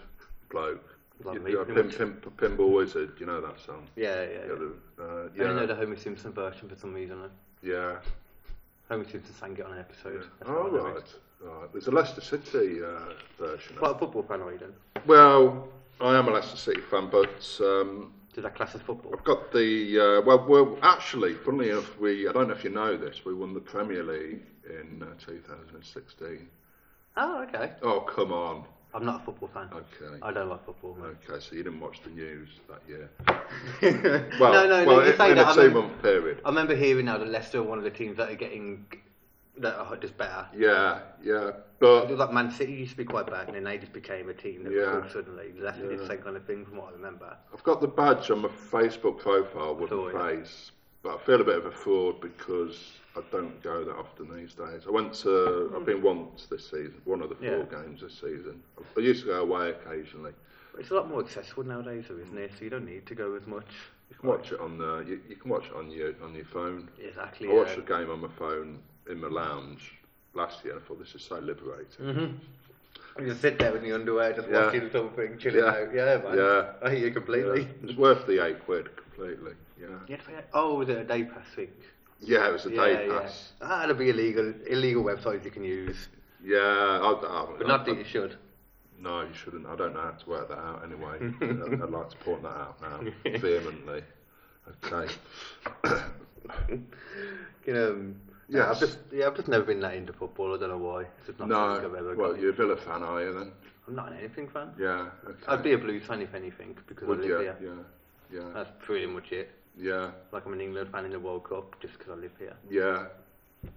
B: bloke.
A: Like
B: You-
A: me,
B: you know,
A: pretty
B: Pim, Pim, Pinball Wizard, you know that song?
A: Yeah, yeah. yeah. I
B: Uh,
A: only know
B: yeah.
A: the Homer Simpson version for some reason. though.
B: yeah.
A: Homer Simpson sang it on an episode. That's
B: Oh,
A: how I know it.
B: right. right. There's a Leicester City uh, version. of
A: Quite a football fan, are you then?
B: it. Well, I am a Leicester City fan, but um,
A: Did that class as football?
B: I've got the. Uh, well, well, actually, funnily enough, we. I don't know if you know this, we won the Premier League in uh, 2016.
A: Oh, okay.
B: Oh, come on.
A: I'm not a football fan.
B: Okay.
A: I don't like football. man.
B: Okay, so you didn't watch the news that year.
A: no, no,
B: Well,
A: no.
B: well,
A: you
B: in,
A: say
B: in
A: that. I,
B: a two
A: remember,
B: month period.
A: I remember hearing now that Leicester are one of the teams that are getting that are just better.
B: Yeah, yeah.
A: It was
B: But
A: Like Man City used to be quite bad, and then they just became a team that
B: Yeah.
A: was all suddenly Leicester did the same kind of thing, from what I remember.
B: I've got the badge on my Facebook profile with
A: Thought, yeah.
B: my face, but I feel a bit of a fraud because I don't go that often these days. I went to, I've been once this season, one of the four
A: Yeah.
B: games this season. I used to go away occasionally.
A: It's a lot more accessible nowadays, though, isn't it? So you don't need to go as much.
B: You can watch it on the, you, you can watch it on your on your phone.
A: Exactly.
B: I watched
A: yeah.
B: a game on my phone in my lounge last year. and I thought this is so liberating.
A: Mm-hmm. You just sit there in the underwear, just
B: Yeah.
A: watching something, chilling
B: Yeah.
A: out. Yeah, man.
B: Yeah.
A: I hear you completely.
B: Yeah, It's worth the eight quid completely. Yeah.
A: You had to pay- Oh, was it a day pass thing?
B: Yeah, it was a day
A: yeah.
B: pass.
A: Ah, there'll be illegal illegal websites you can use,
B: Yeah, I, I,
A: but
B: I-
A: not that you should.
B: no, you shouldn't. I don't know how to work that out anyway. I'd I'd like to point that out now vehemently. Okay.
A: You know, yeah,
B: Yes.
A: I've just yeah, I've just never been that into football. I don't know why. It's just not something I've
B: No.
A: ever
B: Well,
A: got.
B: you're a Villa fan, are you then?
A: I'm not an anything fan.
B: Yeah. Okay.
A: I'd be a Blues fan if anything because I
B: Would
A: live
B: you?
A: here.
B: Yeah. Yeah.
A: That's pretty much it.
B: Yeah.
A: Like I'm an England fan in the World Cup just because I live here.
B: Yeah.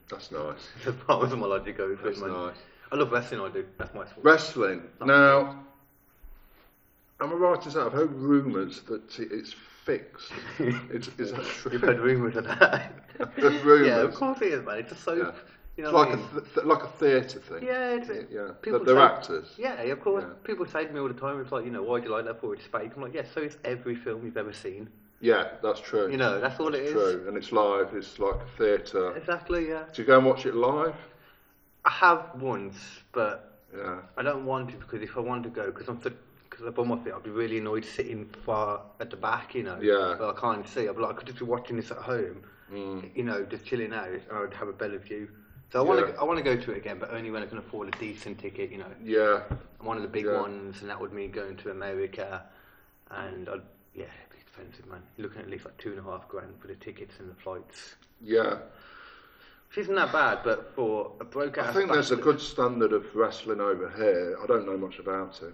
B: That's nice.
A: That's part of my logic goes with
B: That's
A: man.
B: nice.
A: I love wrestling. I do. That's my sport.
B: Wrestling. Now, am I right to say I've heard rumours that it's fixed? it's, it's actually
A: You've heard rumours of that.
B: Rumours.
A: Yeah, of course it is, man. It's just so.
B: Yeah.
A: You know what
B: It's like
A: I
B: a
A: mean?
B: th- th- like a theatre thing.
A: Yeah, it's,
B: yeah.
A: people
B: But they're
A: say-
B: actors.
A: Yeah, of course.
B: Yeah.
A: People say to me all the time, it's like, you know, why do you like that for? It's fake. I'm like, yeah, so it's every film you've ever seen.
B: Yeah, that's true.
A: You know, that's all
B: That's
A: it is.
B: True, and it's live. It's like a theatre.
A: Exactly, yeah.
B: Do you go and watch it live?
A: I have once, but
B: Yeah.
A: I don't want to because if I want to go, because I'm because I'm on my feet, I'd be really annoyed sitting far at the back, you know.
B: Yeah. Mm.
A: But I can't see. I'd be like, I could just be watching this at home, you know, just chilling out, and I'd have a better view. So I want to
B: Yeah.
A: I want to go to it again, but only when I can afford a decent ticket, you know.
B: Yeah.
A: one of the big
B: Yeah.
A: ones, and that would mean going to America, and I'd, yeah, it'd be expensive, man. You're looking at least like two and a half grand for the tickets and the flights.
B: Yeah,
A: Which isn't that bad, but for a broke
B: I
A: ass.
B: think there's a good standard of wrestling over here. I don't know much about it.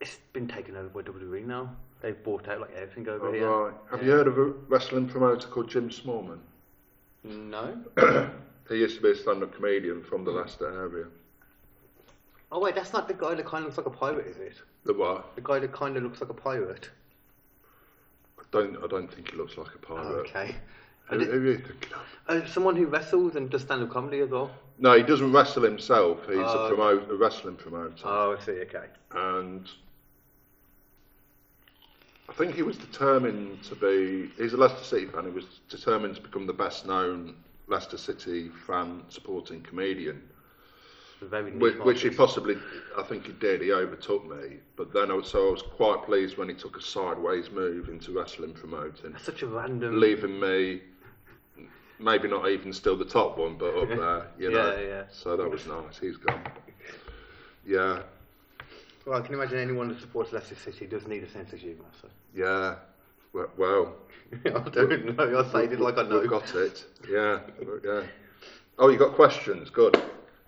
A: It's been taken over by WWE now. They've bought out like everything over
B: All
A: here.
B: Oh, right. Have you heard of a wrestling promoter called Jim Smallman?
A: No.
B: He used to be a stand-up comedian from the Leicester area.
A: Oh wait, that's not the guy that kind of looks like a pirate, is it?
B: The what?
A: The guy that kind of looks like a pirate.
B: I don't. I don't think he looks like a pirate.
A: okay.
B: Who, who are you thinking of?
A: Uh, someone who wrestles and does stand up comedy as well.
B: No, he doesn't wrestle himself. He's
A: Oh,
B: a, promote, a wrestling promoter,
A: Oh, I see. Okay.
B: and I think he was determined to be. He's a Leicester City fan. He was determined to become the best-known Leicester City fan supporting comedian,
A: Very niche
B: which, which he
A: market.
B: possibly, I think he did. He overtook me, but then also I was quite pleased when he took a sideways move into wrestling promoting.
A: That's such a random.
B: leaving me maybe not even still the top one, but up there, you know.
A: Yeah, yeah.
B: So that was nice. He's gone. Yeah,
A: Well, I can imagine anyone that supports Leicester City does need a sense of humour. So.
B: yeah. Well, well
A: I don't know. I say it like I know.
B: we've got it. Yeah, yeah. Oh, you got questions? Good.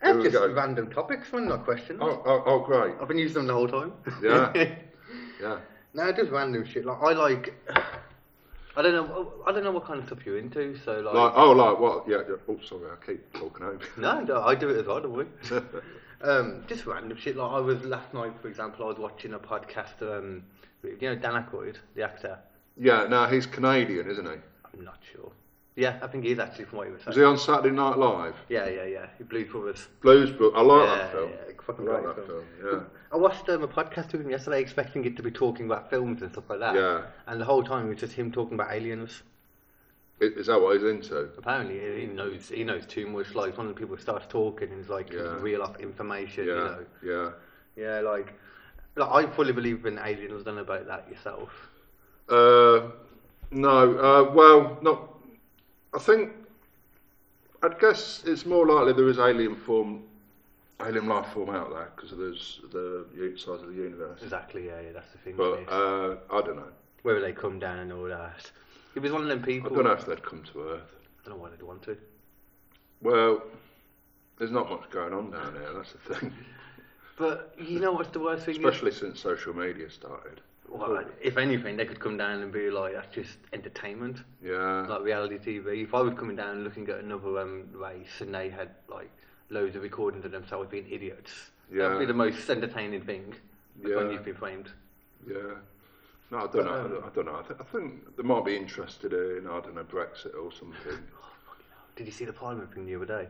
B: Here we
A: just
B: go.
A: random topics, one not questions.
B: Oh, oh, oh, great.
A: I've been using them the whole time.
B: Yeah. Yeah.
A: no, just random shit. Like I like. I don't know. I don't know what kind of stuff you're into. So like.
B: Like, oh, like what? Yeah. yeah. Oh, sorry, I keep talking over. you.
A: No, no, I do it as well, don't we? um, just random shit. Like I was last night, for example, I was watching a podcast. Um, with, you know Dan Aykroyd, the actor.
B: Yeah. No, he's Canadian, isn't he?
A: I'm not sure. Yeah, I think he is actually from what you were
B: Was
A: saying.
B: he on Saturday Night Live?
A: Yeah, yeah, yeah. He blew for us.
B: Blues Brook. I like
A: Yeah,
B: that film.
A: yeah, fucking
B: I like
A: great
B: that
A: film.
B: film. Yeah.
A: I watched um, a podcast with him yesterday, expecting it to be talking about films and stuff like that.
B: Yeah.
A: And the whole time it was just him talking about aliens.
B: Is is that what he's into?
A: Apparently, he- he knows he knows too much. Like one of the people starts talking and he's like
B: Yeah.
A: reel off information. You
B: Yeah,
A: know.
B: yeah.
A: Yeah, like, like I fully believe in aliens. Don't know about that yourself.
B: Uh, no, uh, well, not. I think. I guess it's more likely there is alien form, alien life form out there because there's the u- size of the universe.
A: Exactly. Yeah, yeah that's the thing.
B: But
A: isn't it?
B: uh, I don't know.
A: Whether they come down and all that. He was one of them
B: I
A: people.
B: don't know if they'd come to Earth.
A: I don't know why they'd want to.
B: Well, there's not much going on down here. That's the thing,
A: But you know what's the worst thing? is?
B: especially since social media started.
A: Well, like, if anything, they could come down and be like, that's just entertainment,
B: Yeah,
A: like reality TV. If I was coming down looking at another um, race and they had like loads of recordings of themselves being idiots, that would be
B: Yeah.
A: the most entertaining thing like, when
B: Yeah.
A: you've been framed.
B: yeah. No, I don't know. I don't know. I, th- I think they might be interested in I don't know Brexit or something.
A: Did you see the Parliament thing the other day?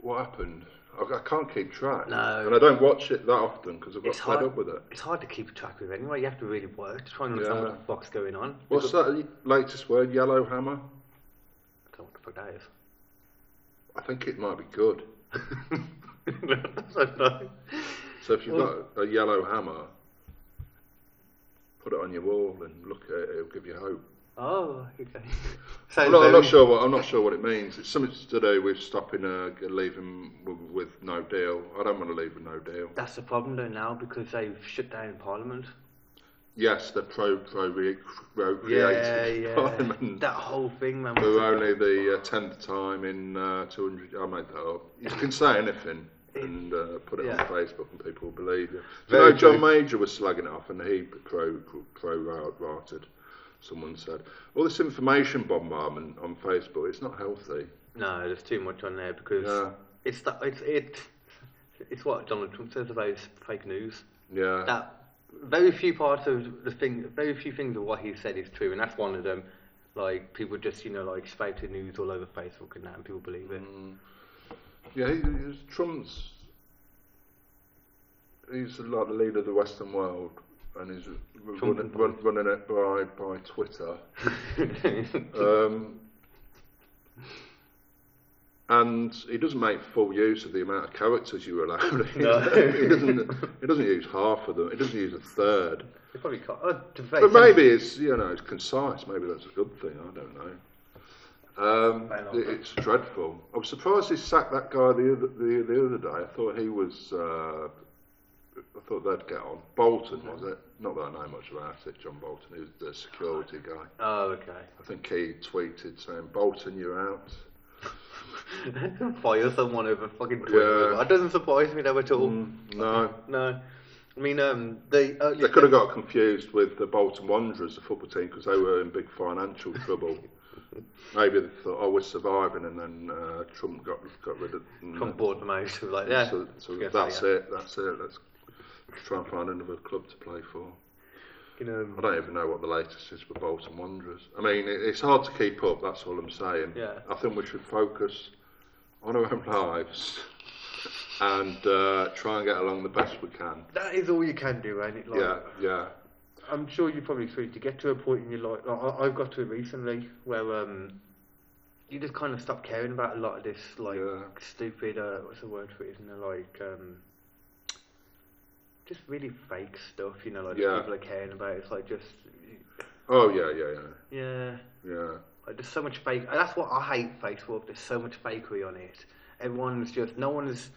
B: What happened? I, I can't keep track.
A: No.
B: And I don't watch it that often because I've got
A: It's
B: fed
A: hard.
B: up with it.
A: It's hard to keep track of anyway. You have to really work to try and understand
B: Yeah.
A: what the fuck's going on.
B: What's that latest word? Yellow hammer?
A: I don't know what the fuck that is.
B: I think it might be good.
A: I don't know.
B: So if you've
A: Well-
B: got a yellow hammer, put it on your wall and look at it. It'll give you hope.
A: Oh, okay.
B: I'm
A: Sounds
B: not, I'm
A: very-
B: not sure what I'm not sure what it means. It's something to do with stopping uh, leaving with, with no deal. I don't want to leave with no deal.
A: That's the problem though now because they've shut down Parliament.
B: Yes, they're pro pro re, pro creative Parliament.
A: That whole thing, man.
B: We
A: was-
B: were only the uh, tenth time in uh, 200. I made that up. You can say anything and uh, put it
A: Yeah.
B: on Facebook, and people will believe you. Do you
A: Very
B: know, John Major was slagging it off, and he pro pro rated. Someone said, "All this information bombardment on Facebook, it's not healthy."
A: No, there's too much on there because
B: Yeah.
A: it's that it's it, it's what Donald Trump says about fake news.
B: Yeah,
A: That very few parts of the thing, very few things of what he said is true, and that's one of them. Like people just you know like spouting news all over Facebook and that, and people believe it.
B: yeah. He, he's Trump's. He's like the leader of the Western world, and he's running,
A: and
B: run, running it by by Twitter. Um, and he doesn't make full use of the amount of characters you're allowed. he, doesn't. He doesn't use half of them. He doesn't use a third.
A: They probably can't. Uh,
B: But maybe it's you know it's concise. Maybe that's a good thing. I don't know. Um,
A: Fair enough.
B: it- it's dreadful. I was surprised he sacked that guy the other the, the other day. I thought he was uh, I thought they'd get on. Bolton was it? Not that I know much about it. John Bolton, who's the security guy.
F: Oh, okay.
B: I think he tweeted saying, "Bolton, you're out."
F: Fire someone over fucking Twitter.
B: Yeah.
F: That doesn't surprise me though at all.
B: No,
F: No. I mean, um, they
A: uh,
F: earlier.
B: Uh, they could have got confused with the Bolton Wanderers, the football team, because they were in big financial trouble. Maybe they thought, "Oh, we're surviving," and then uh, Trump got got rid of them.
F: Come board them out. Like, yeah.
B: So, so
F: Yeah,
B: that's
F: yeah.
B: it. That's it. Let's try and find another club to play for.
F: You know,
B: I don't even know what the latest is with Bolton Wanderers. I mean, it, it's hard to keep up. That's all I'm saying.
F: Yeah.
B: I think we should focus on our own lives and uh, try and get along the best we can.
A: That is all you can do, and it like
B: Yeah, yeah.
A: I'm sure you're probably true to get to a point in your life. Like, I, I've got to it recently where um, you just kind of stop caring about a lot of this like
B: Yeah.
A: stupid. Uh, what's the word for it? Isn't it like um, just really fake stuff? You know, like that
B: Yeah.
A: people are caring about. It's like just
B: Oh yeah, yeah,
A: yeah.
B: yeah, yeah.
A: Like, there's so much fake. That's what I hate Facebook. There's so much fakery on it. Everyone's just no one's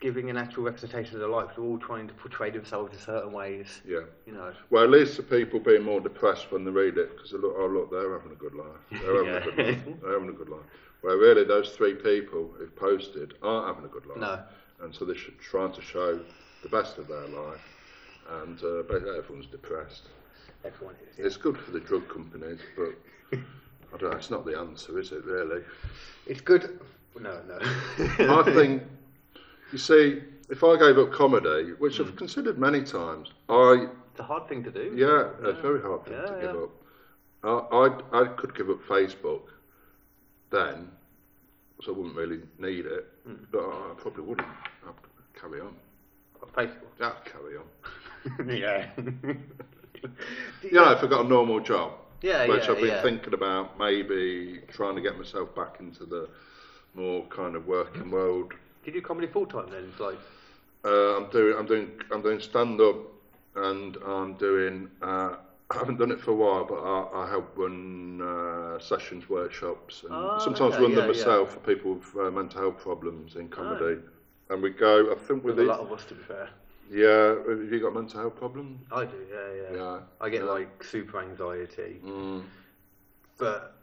A: giving an actual representation of their life. They're all trying to portray themselves in certain ways.
B: Yeah.
A: You know.
B: Well, at least the people being more depressed when they read it because look, oh look, they're having a good life. They're having a good life. They're having a good life. Where really those three people who've posted aren't having a good life.
F: No.
B: And so they should try to show the best of their life. And uh, basically everyone's depressed.
A: Everyone is.
B: It's good for the drug companies, but I don't know. It's not the answer, is it? Really.
A: It's good. No, no.
B: I think, you see, if I gave up comedy, which I've considered many times, I
F: it's a hard thing to do.
B: Yeah, it's very hard thing to
F: Yeah,
B: give
F: yeah.
B: up. I, I I could give up Facebook then, so I wouldn't really need it,
F: Hmm.
B: but I, I probably wouldn't. I'd carry on.
F: On Facebook.
B: Yeah, I'd carry on.
F: yeah.
B: You know, if I got a normal job,
F: Yeah,
B: which
F: yeah,
B: I've been
F: yeah.
B: thinking about maybe trying to get myself back into the more kind of working world.
F: Did you do comedy full time then? It's like,
B: Uh, I'm doing I'm doing I'm doing stand up, and I'm doing. Uh, I haven't done it for a while, but I, I help run uh, sessions, workshops, and
F: Oh,
B: sometimes
F: okay,
B: run them
F: yeah, yeah.
B: myself for people with uh, mental health problems in comedy. And we go. I think with
F: Oh. a lot
B: it.
F: of us, to be fair.
B: Yeah, have you got mental health problems?
F: I do, yeah, yeah.
B: Yeah.
F: I get
B: yeah.
F: like super anxiety.
B: Mm,
F: But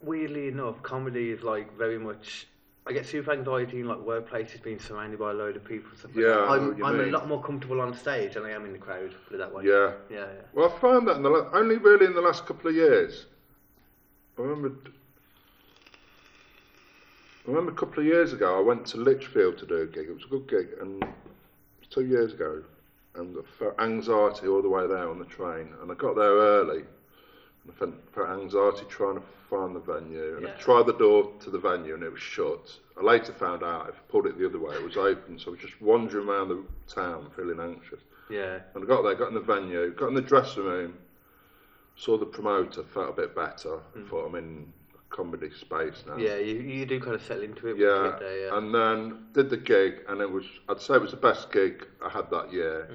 F: weirdly enough, comedy is like very much. I get super anxiety in like workplaces, being surrounded by a load of people. and Stuff like
B: Yeah,
F: that.
B: I know what
F: I'm,
B: you
F: I'm a
B: mean.
F: lot more comfortable on stage than I am in the crowd. Put it that way.
B: yeah.
F: yeah,
B: Well, I found that in the la- only really in the last couple of years. I remember, I remember a couple of years ago, I went to Lichfield to do a gig. It was a good gig, and it was two years ago, and I felt anxiety all the way there on the train. And I got there early, and I felt, felt anxiety trying to find the venue. And I
F: Yeah.
B: tried the door to the venue, and it was shut. I later found out if I pulled it the other way, it was open. So I was just wandering around the town, feeling anxious.
F: yeah,
B: And I got there, got in the venue, got in the dressing room, saw the promoter, felt a bit better. Thought I'm in a comedy space now.
F: yeah. Mm. yeah you, you do kind of settle into it. when you
B: Yeah.
F: get there, yeah.
B: And then did the gig, and it was I'd say it was the best gig I had that year,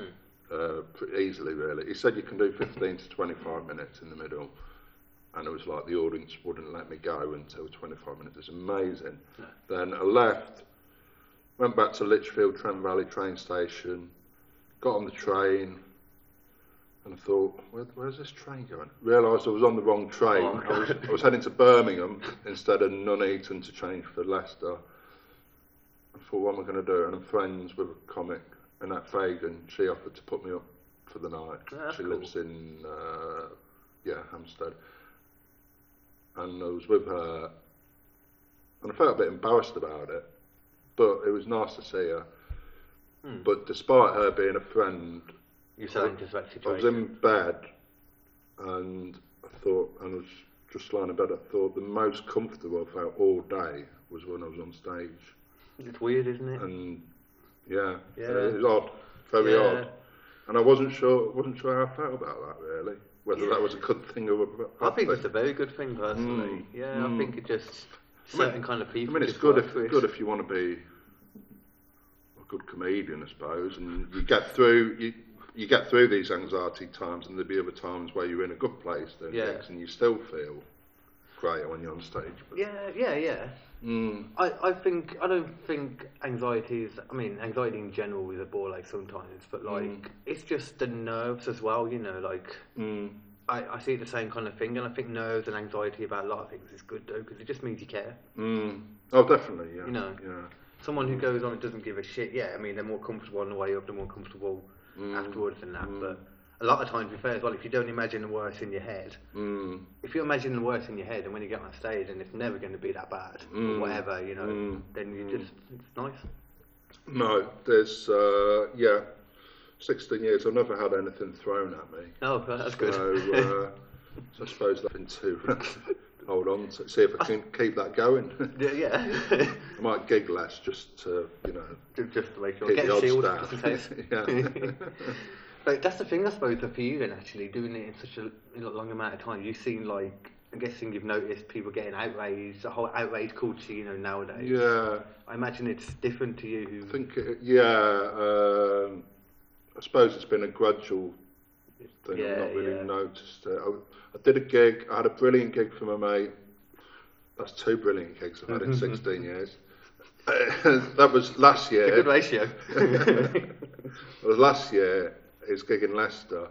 F: Mm.
B: uh, pretty easily really. He said you can do 15 to 25 minutes in the middle. And it was like the audience wouldn't let me go until 25 minutes. It was amazing. Then I left, went back to Lichfield Trent Valley train station, got on the train, and I thought, Where, where's this train going? Realised I was on the wrong train.
F: Oh,
B: I, was, I was heading to Birmingham instead of Nuneaton to change for Leicester. I thought, what am I going to do? And I'm friends with a comic, Annette Fagan. She offered to put me up for the night.
F: that's
B: she
F: cool.
B: lives in, uh, yeah, Hampstead. And I was with her, and I felt a bit embarrassed about it, but it was nice to see her.
F: Hmm.
B: But despite her being a friend,
F: you settle into that situation.
B: I was in bed, and I thought, and I was just lying in bed. I thought the most comfortable I felt all day was when I was on stage,
F: It's weird, isn't it?
B: and yeah,
F: Yeah.
B: it was odd, very
F: Yeah.
B: odd. And I wasn't sure, wasn't sure how I felt about that really, whether that was a good thing or a bad
F: I think
B: thing.
F: it's a very good thing personally.
B: Mm.
F: Yeah,
B: Mm.
F: I think it just certain kind of
B: I
F: people.
B: mean, it's
F: just
B: good
F: work
B: if
F: for it.
B: good if you want to be a good comedian, I suppose, and you get through you you get through these anxiety times, and there'll be other times where you're in a good place, don't you,
F: Yeah.
B: and you still feel greater when you're on stage. But Mm.
A: Yeah, yeah, yeah. I, I think I don't think anxiety is. I mean, anxiety in general is a bore like sometimes, but like
B: Mm.
A: it's just the nerves as well. You know, like
B: Mm.
A: I, I see the same kind of thing, and I think nerves and anxiety about a lot of things is good though because it just means you care.
B: Oh, definitely. Yeah.
A: You know.
B: Yeah.
A: Someone who goes on and doesn't give a shit, yeah, I mean, they're more comfortable on the way up, they're more comfortable afterwards than that. But a lot of times, to be fair as well, if you don't imagine the worst in your head, if you imagine the worst in your head and when you get on stage and it's never going to be that bad or whatever, you know, then you just, it's nice.
B: No, there's uh, yeah, 16 years. I've never had anything thrown at me.
A: Oh, that's good.
B: So, uh, so I suppose nothing to hold on to. See if I can keep that going.
A: yeah, yeah.
B: I might gig less just to, you know,
A: just, just to make sure.
B: keep
A: Get
B: the odds
A: shield
B: down.
A: just in case.
B: yeah.
A: Like, that's the thing, I suppose, though, for you then, actually, doing it in such a in a long amount of time. You've seen, like, I'm guessing you've noticed people getting outraged, the whole outrage culture, you know, nowadays.
B: yeah.
A: I imagine it's different to you. Who,
B: I think, it, yeah, um, I suppose it's been a gradual thing.
A: Yeah,
B: I've not really
A: yeah.
B: noticed it. I, I did a gig, I had a brilliant gig for my mate. That's two brilliant gigs I've had in 16 years. that was last year.
A: good ratio.
B: It was last year, his gig in Leicester,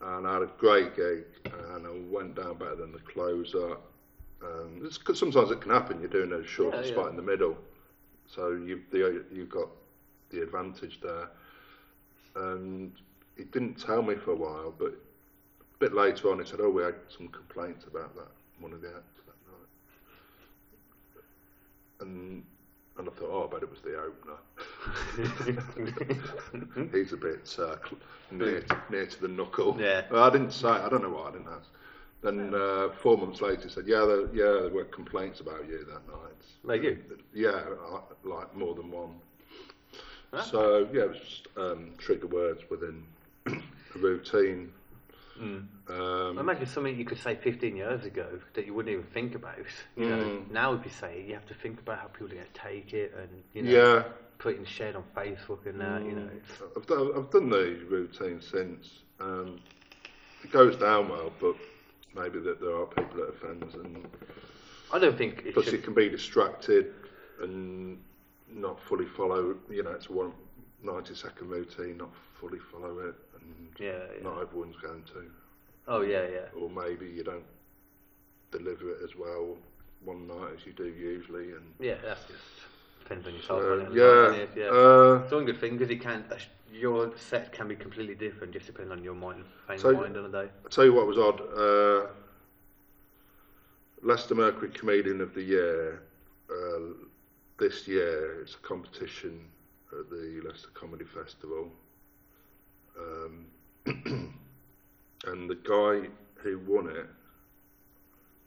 B: and I had a great gig, and I went down better than the closer. Um, it's, 'cause sometimes it can happen, you're doing a shortest
A: yeah.
B: fight in the middle, so you've, the, you've got the advantage there. And he didn't tell me for a while, but a bit later on he said, oh, we had some complaints about that, one of the acts that night. And, and I thought, oh, I bet it was the opener. He's a bit uh, cl- near, to, near to the knuckle.
A: Yeah.
B: Well, I didn't say. I don't know why I didn't ask. Then uh, four months later, he said, "Yeah, there, yeah, there were complaints about you that night."
A: Like you?
B: Yeah, I- like more than one. So yeah, it was just um, trigger words within a routine. Um,
A: I imagine something you could say 15 years ago that you wouldn't even think about. You
B: Mm.
A: know, now if you say it, you have to think about how people are going to take it and, you know,
B: Yeah, Mm.
A: putting shit on Facebook and that, you know. it's-
B: I've done, I've done the routine since. Um, it goes down well, but maybe that there are people that offends and
A: I don't think it
B: Plus,
A: should
B: you can be distracted and not fully follow. You know, it's one 90 second routine, not fully follow it, and
A: Yeah, yeah.
B: not everyone's going to.
A: Oh, yeah, yeah.
B: Or maybe you don't deliver it as well one night as you do usually. And
A: Yeah, that's just depends on yourself.
B: uh,
A: doesn't it?
B: yeah,
A: yeah.
B: Uh,
A: it's one good thing because it can uh, your set can be completely different just depending on your mind, frame
B: So-
A: of mind on the day.
B: I tell you what was odd. Uh, Leicester Mercury Comedian of the Year uh, this year. It's a competition at the Leicester Comedy Festival, um, and the guy who won it,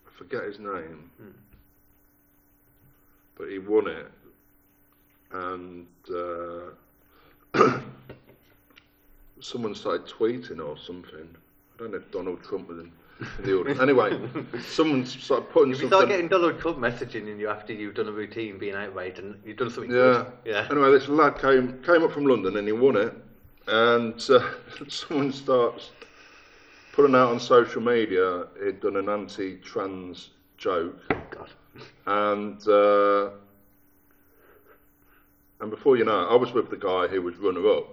B: I forget his name,
A: Hmm.
B: but he won it, and. Uh, someone started tweeting or something. I don't know if Donald Trump was in, in the audience. Anyway, someone started putting
A: If you
B: something.
A: start getting Donald Trump messaging in you after you've done a routine, being outraged, and you've done something
B: yeah.
A: good, yeah,
B: Anyway, this lad came came up from London and he won it, and uh, someone starts putting out on social media he'd done an anti-trans joke,
A: God.
B: and. Uh, and before you know it, I was with the guy who was runner up,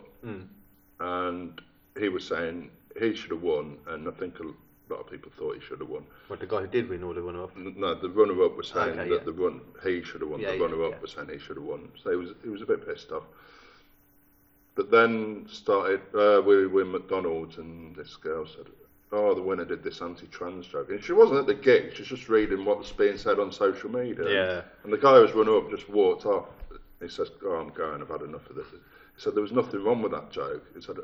B: and he was saying he should have won, and I think a lot of people thought he should have won.
A: What the guy who did win all the one up.
B: N- No, the runner-up was saying
A: Okay,
B: that
A: yeah.
B: the run he should have won.
A: Yeah,
B: the
A: yeah,
B: runner-up
A: yeah.
B: was saying he should have won. So he was he was a bit pissed off. But then started uh, we were in McDonald's and this girl said, "Oh, the winner did this anti-trans joke," and she wasn't at the gig. She was just reading what's being said on social media.
A: Yeah.
B: And the guy who was runner-up just walked off. He says, "Oh, I'm going. I've had enough of this." He said there was nothing wrong with that joke. He said.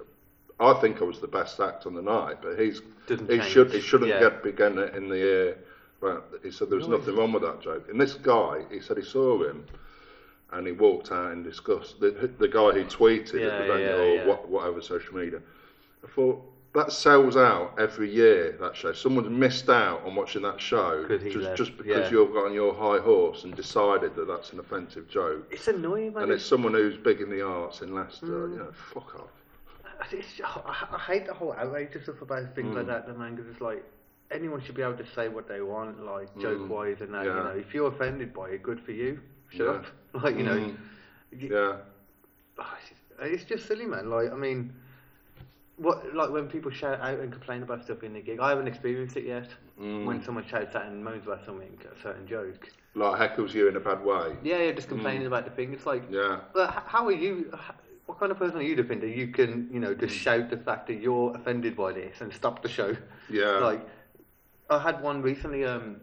B: I think I was the best act on the night, but he's
A: Didn't
B: he
A: change.
B: should he shouldn't
A: Yeah.
B: get began it in the air. Right, he said there was nothing wrong with that joke. And this guy, he said he saw him, and he walked out in disgust. The, the guy who tweeted at
A: Yeah,
B: the venue
A: yeah,
B: or
A: yeah.
B: what, whatever social media. I thought that sells out every year. That show. Someone's missed out on watching that show
A: 'Cause he
B: just,
A: left,
B: just because
A: yeah.
B: you've got on your high horse and decided that that's an offensive joke.
A: It's annoying, man.
B: And it's someone who's big in the arts in Leicester.
A: Mm.
B: You know, fuck off. Hmm.
A: I, think it's- I- I hate the whole outrage and stuff about things like that, though, man, because it's like, anyone should be able to say what they want, like joke wise and that. You
B: Hmm. Yeah.
A: know, if you're offended by it, good for you. Shut
B: Yeah. Hmm.
A: up. Like you know, y-
B: Yeah.
A: oh, it's just- it's just silly, man. Like I mean, what like when people shout out and complain about stuff in the gig, I haven't experienced it yet. When someone shouts out and moans about something, a certain joke.
B: Like heckles you in a bad way.
A: Yeah, yeah, just complaining about the thing. It's like,
B: Hmm. Yeah.
A: Well, h- how are you? h- What kind of person are you to think that you can, you know,
B: Hmm.
A: just shout the fact that you're offended by this and stop the show?
B: Yeah.
A: Like, I had one recently. Um,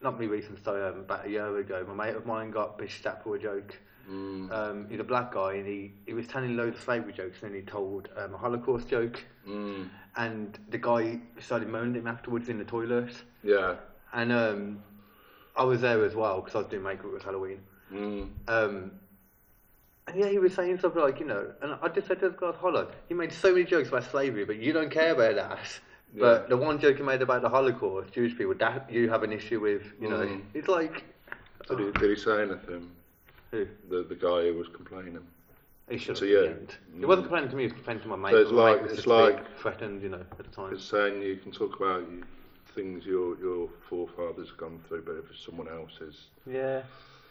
A: not me recently, sorry, um, about a year ago. My mate of mine got bitched at for a joke.
B: Hmm.
A: Um, he's a black guy, and he, he was telling loads of slavery jokes, and then he told um, a Holocaust joke.
B: Hmm.
A: And the guy started moaning at him afterwards in the toilet.
B: Yeah.
A: And um, I was there as well because I was doing makeup with Halloween.
B: Mm.
A: Um, and yeah, he was saying stuff like, you know, and I just said to this guy, Hollow, he made so many jokes about slavery, but you don't care about that. But the one joke he made about the Holocaust, Jewish people, that you have an issue with, you know.
B: Mm.
A: It's like,
B: Did he, did he say anything?
A: who?
B: The the guy who was complaining.
A: He should
B: So,
A: have.
B: yeah.
A: It wasn't complaining to me, it was complaining to my mate.
B: So it's
A: My mate
B: like-
A: was
B: it's
A: just a bit
B: like-
A: threatened, you know, at the time.
B: It's saying you can talk about you, things your your forefathers have gone through, but if it's someone else's,
A: Yeah.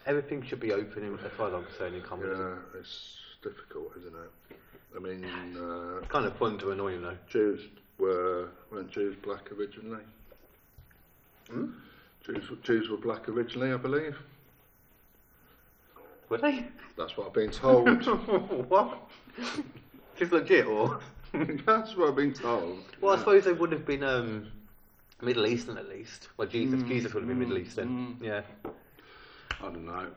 A: Everything should be open, in- as far as I'm concerned, in comedy.
B: yeah, it's difficult, isn't it? I mean, uh,
A: Kind of fun to annoy, you know.
B: Jews were weren't Jews black originally?
A: Hmm?
B: Jews Jews were black originally, I believe.
A: Were they?
B: That's what I've been told.
A: what? Just legit, or?
B: That's what I've been told.
A: Well, I suppose they would have been um, Middle Eastern at least. Well,
B: Hmm.
A: Jesus, Jesus would have been Middle Eastern. Yeah.
B: I don't know.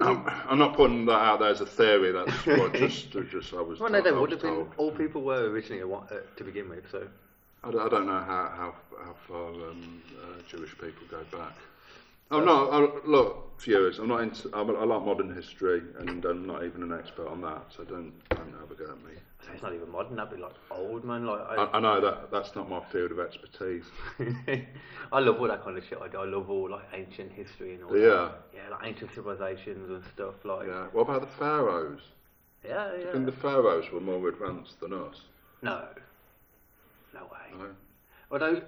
B: I'm, Um, I'm not putting that out there as a theory. That's what just just I was.
A: Well, no, they
B: I was
A: would have been.
B: told.
A: All people were originally a, wa- uh, to begin with, so
B: I don't, I don't know how how, how far um, uh, Jewish people go back. I'm not. I, look, viewers, I'm not. Into, I'm, I like modern history, and I'm not even an expert on that. So don't don't have a go at me.
A: it's not even modern. That'd be like old man. Like I,
B: I, I know that that's not my field of expertise.
A: I love all that kind of shit. I do. I love all like ancient history and all. That.
B: Yeah,
A: Yeah, like ancient civilizations and stuff. Like yeah,
B: yeah. What about the pharaohs?
A: yeah.
B: I think the pharaohs were more advanced than us.
A: No, no way.
B: No.
A: Although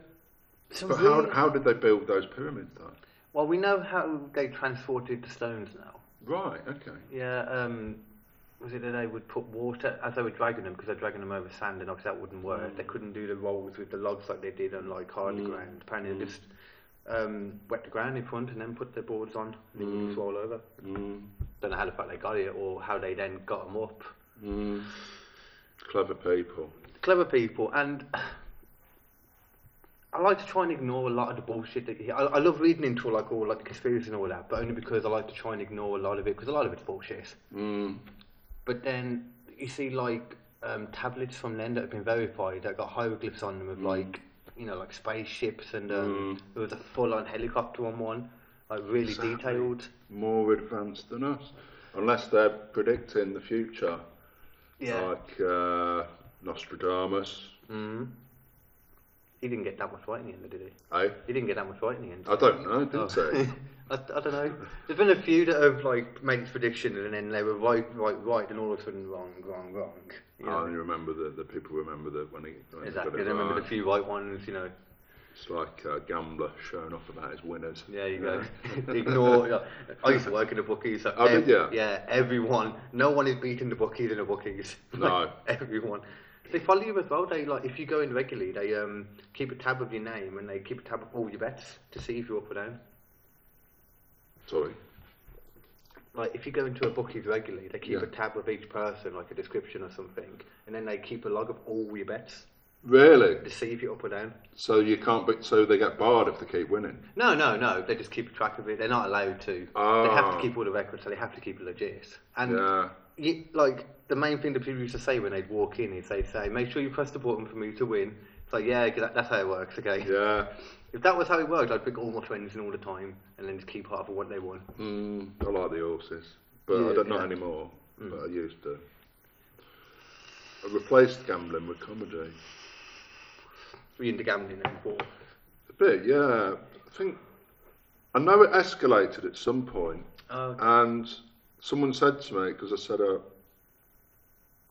A: some
B: But
A: really,
B: how how did they build those pyramids though?
A: well, we know how they transported the stones now.
B: Right. Okay.
A: Yeah, um, was it that they would put water as they were dragging them because they're dragging them over sand and obviously that wouldn't work. They couldn't do the rolls with the logs like they did on like hard ground. Apparently they just um, wet the ground in front and then put the boards on and then you just roll over. Don't know how the fact they got it or how they then got them up.
B: Clever people.
A: Clever people and. I like to try and ignore a lot of the bullshit that you hear. I, I love reading into like all like the conspiracy and all that, but only because I like to try and ignore a lot of it because a lot of it's bullshit. But then you see like um, tablets from then that have been verified that got hieroglyphs on them of like you know like spaceships and um, there was a full on helicopter on one, like really detailed.
B: more advanced than us, unless they're predicting the future,
A: Yeah,
B: like uh, Nostradamus.
A: he didn't get that much right in the end, did he?
B: Eh?
A: He didn't get that much right in the end.
B: I don't know,
A: Oh.
B: did they?
A: I, I don't know. There's been a few that have like made this prediction and then they were right, right, right, and all of a sudden wrong, wrong, wrong. You
B: I
A: know?
B: only remember that the people remember that when he. When
A: exactly.
B: He
A: They
B: got it
A: remember the
B: right.
A: few right ones, you know.
B: It's like a gambler showing off about his winners.
A: There you go. Ignore. yeah. I used to work in the bookies. So
B: Oh, did ya?
A: Yeah, everyone. No one is beating the bookies in the bookies.
B: No.
A: everyone. They follow you as well. They like if you go in regularly, they um keep a tab of your name and they keep a tab of all your bets to see if you're up or down.
B: Sorry.
A: Like if you go into a bookies regularly, they keep
B: Yeah.
A: a tab of each person, like a description or something, and then they keep a log of all your bets
B: Really?
A: to see if you're up or down.
B: So you can't. Be, so they get barred if they keep winning.
A: No, no, no. They just keep track of it. They're not allowed to. They have to
B: Oh.
A: keep all the records, so they have to keep it legit. And
B: Yeah.
A: you, like the main thing that people used to say when they'd walk in is they'd say, "Make sure you press the button for me to win." It's like, yeah, that, that's how it works. Okay.
B: Yeah.
A: If that was how it worked, I'd pick all my friends in all the time and then just keep half of what they won.
B: Mm, I like the horses, but I
A: Yeah,
B: don't
A: yeah. Mm.
B: not anymore. But I used to. I replaced gambling with comedy.
A: We into gambling then, but
B: A bit, yeah. I think I know it escalated at some point,
A: Oh,
B: and someone said to me because I said, uh,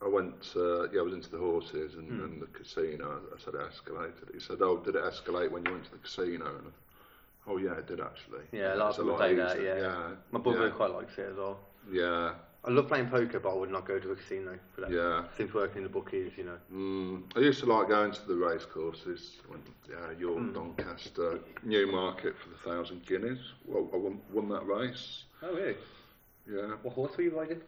B: I went, uh, yeah, I was into the horses and,
A: Hmm.
B: and the casino. I said it escalated. He said, oh, did it escalate when you went to the casino? And I, oh, yeah, it did actually.
A: Yeah, a lot
B: It's
A: of people say that,
B: easier.
A: yeah.
B: yeah.
A: My brother
B: yeah,
A: quite likes it as well.
B: Yeah,
A: I love playing poker, but I would not go to a casino for that.
B: yeah.
A: Since working in the bookies, you know.
B: Mm, I used to like going to the race courses. When, yeah, York,
A: Hmm.
B: Doncaster, Newmarket for the thousand guineas. Well, I won, won that race.
A: Oh, really?
B: Yeah,
A: What horse were you riding?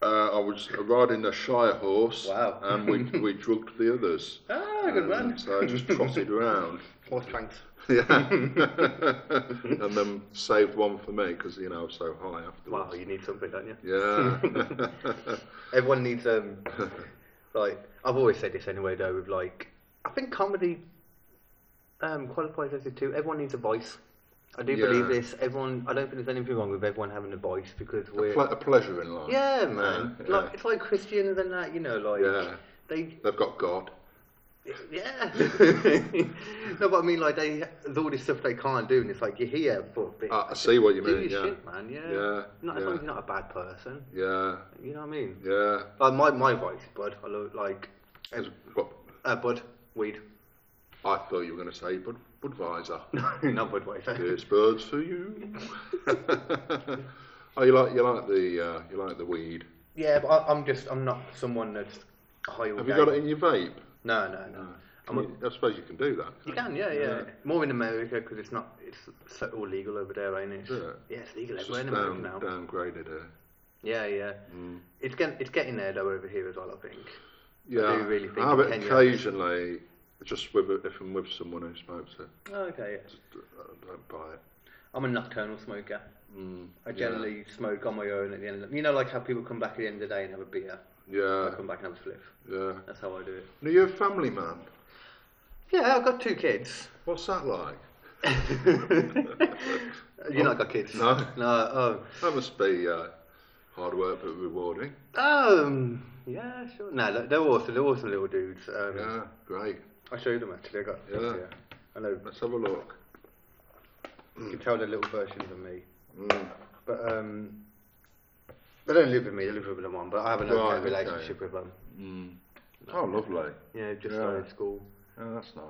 B: uh, I was riding a Shire horse.
A: Wow.
B: And we we drugged the others.
A: Ah, good
B: And
A: man.
B: So I just trotted around.
A: Horse pranks.
B: Yeah. and then saved one for me because you know I was so high afterwards.
A: Wow, you need something, don't you?
B: Yeah.
A: Everyone needs um, like I've always said this anyway though. With like, I think comedy um qualifies as it too. Everyone needs a voice. I do
B: Yeah.
A: believe this. Everyone. I don't think there's anything wrong with everyone having a voice because we're.
B: Ple- a pleasure in life.
A: yeah, man.
B: Yeah.
A: Like it's like Christians and that. You know, like
B: Yeah.
A: they.
B: They've got God.
A: Yeah. no, but I mean, like they. There's all this stuff they can't do, and it's like you're here for. a bit.
B: Uh, I see what you
A: do
B: mean.
A: your
B: yeah.
A: shit, man. Yeah.
B: Yeah,
A: Not,
B: yeah.
A: You're not a bad person.
B: Yeah.
A: You know what I mean?
B: Yeah.
A: Like my my voice, bud. I look like
B: It's- but
A: uh, bud weed.
B: I thought you were going to say Bud Budweiser.
A: Not bud weed.
B: Here's birds for you. oh, you like you like the uh, you like the weed.
A: Yeah, but I, I'm just I'm not someone that's high. all
B: Have you
A: day.
B: got it in your vape?
A: No, no, no.
B: Can you- I suppose you can do that.
A: You can, yeah, yeah. More in America because it's not it's so all legal over there, ain't it?
B: Yeah.
A: Yeah, it's legal
B: It's
A: everywhere
B: just Mm.
A: in America
B: down,
A: now.
B: downgraded uh,
A: Yeah,
B: here.
A: yeah. It's getting it's getting there though over here as well. I think.
B: Yeah,
A: do really think
B: I have
A: in
B: it
A: Kenya-
B: occasionally, just with if I'm with someone who smokes it.
A: Oh, Okay.
B: I don't buy it. Mm.
A: I'm a nocturnal smoker. I generally smoke on my own at the end. Of, you know, like how people come back at the end of the day and have a beer. I
B: Yeah,
A: come back and have a spliff.
B: yeah.
A: That's how I do it.
B: Now you're a family man.
A: Yeah, I've got two kids.
B: What's that like?
A: You not got kids?
B: No.
A: No.
B: That must be uh, hard work but rewarding.
A: Oh. Um. Yeah. Sure. No, look, they're awesome. They're awesome little dudes. Um,
B: Yeah, great.
A: I showed them actually. I got. a
B: Yeah.
A: picture. I know.
B: Let's have a look.
A: You can tell they're little versions of me.
B: Mm.
A: But um, they don't live with me. They live with the one. But I have an
B: Right,
A: okay
B: okay.
A: relationship with them.
B: Oh, lovely.
A: Yeah, just
B: Yeah.
A: started school.
B: Oh, that's nice.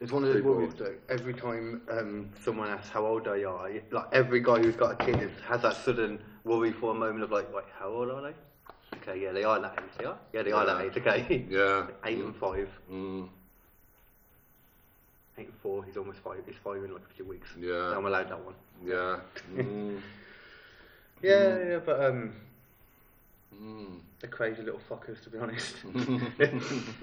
A: It's one of those
B: Big boy.
A: worries though. Every time um, someone asks how old they are, you- like every guy who's got a kid is, has that sudden worry for a moment of like, wait, how old are they? Okay, yeah, they are that age. They are. Yeah, they are that age. Okay.
B: Yeah.
A: Eight and five.
B: Mm.
A: Eight and four. He's almost five. He's five in like a few weeks.
B: Yeah.
A: I'm allowed that one.
B: Yeah. Mm.
A: Yeah, yeah, but um,
B: Mm.
A: they're crazy little fuckers to be honest.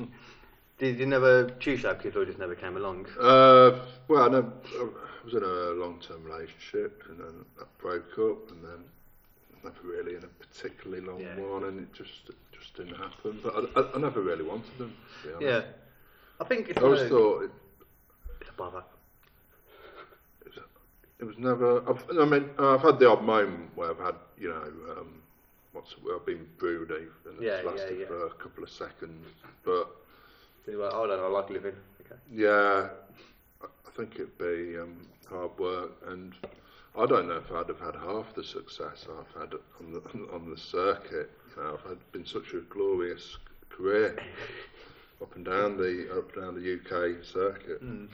A: Did you never choose to have kids or just never came along?
B: Uh, well, I, know, I was in a long-term relationship, and then I broke up, and then never really in a particularly long
A: Yeah.
B: one, and it just it just didn't happen. But I, I, I never really wanted them. To be honest.
A: Yeah. I think it's
B: I always
A: a-
B: thought it,
A: it's a bother.
B: it was never. I've, I mean, I've had the odd moment where I've had, you know, um, what's the word? I've been broody, and
A: Yeah,
B: it's
A: yeah,
B: lasted
A: yeah.
B: for a couple of seconds, but.
A: They were, oh no, no, I like living. Okay.
B: Yeah, I I think it'd be um, hard work, and I don't know if I'd have had half the success I've had on the on the circuit. You know, I've had been such a glorious career up and down the up and down the UK circuit.
A: Hmm.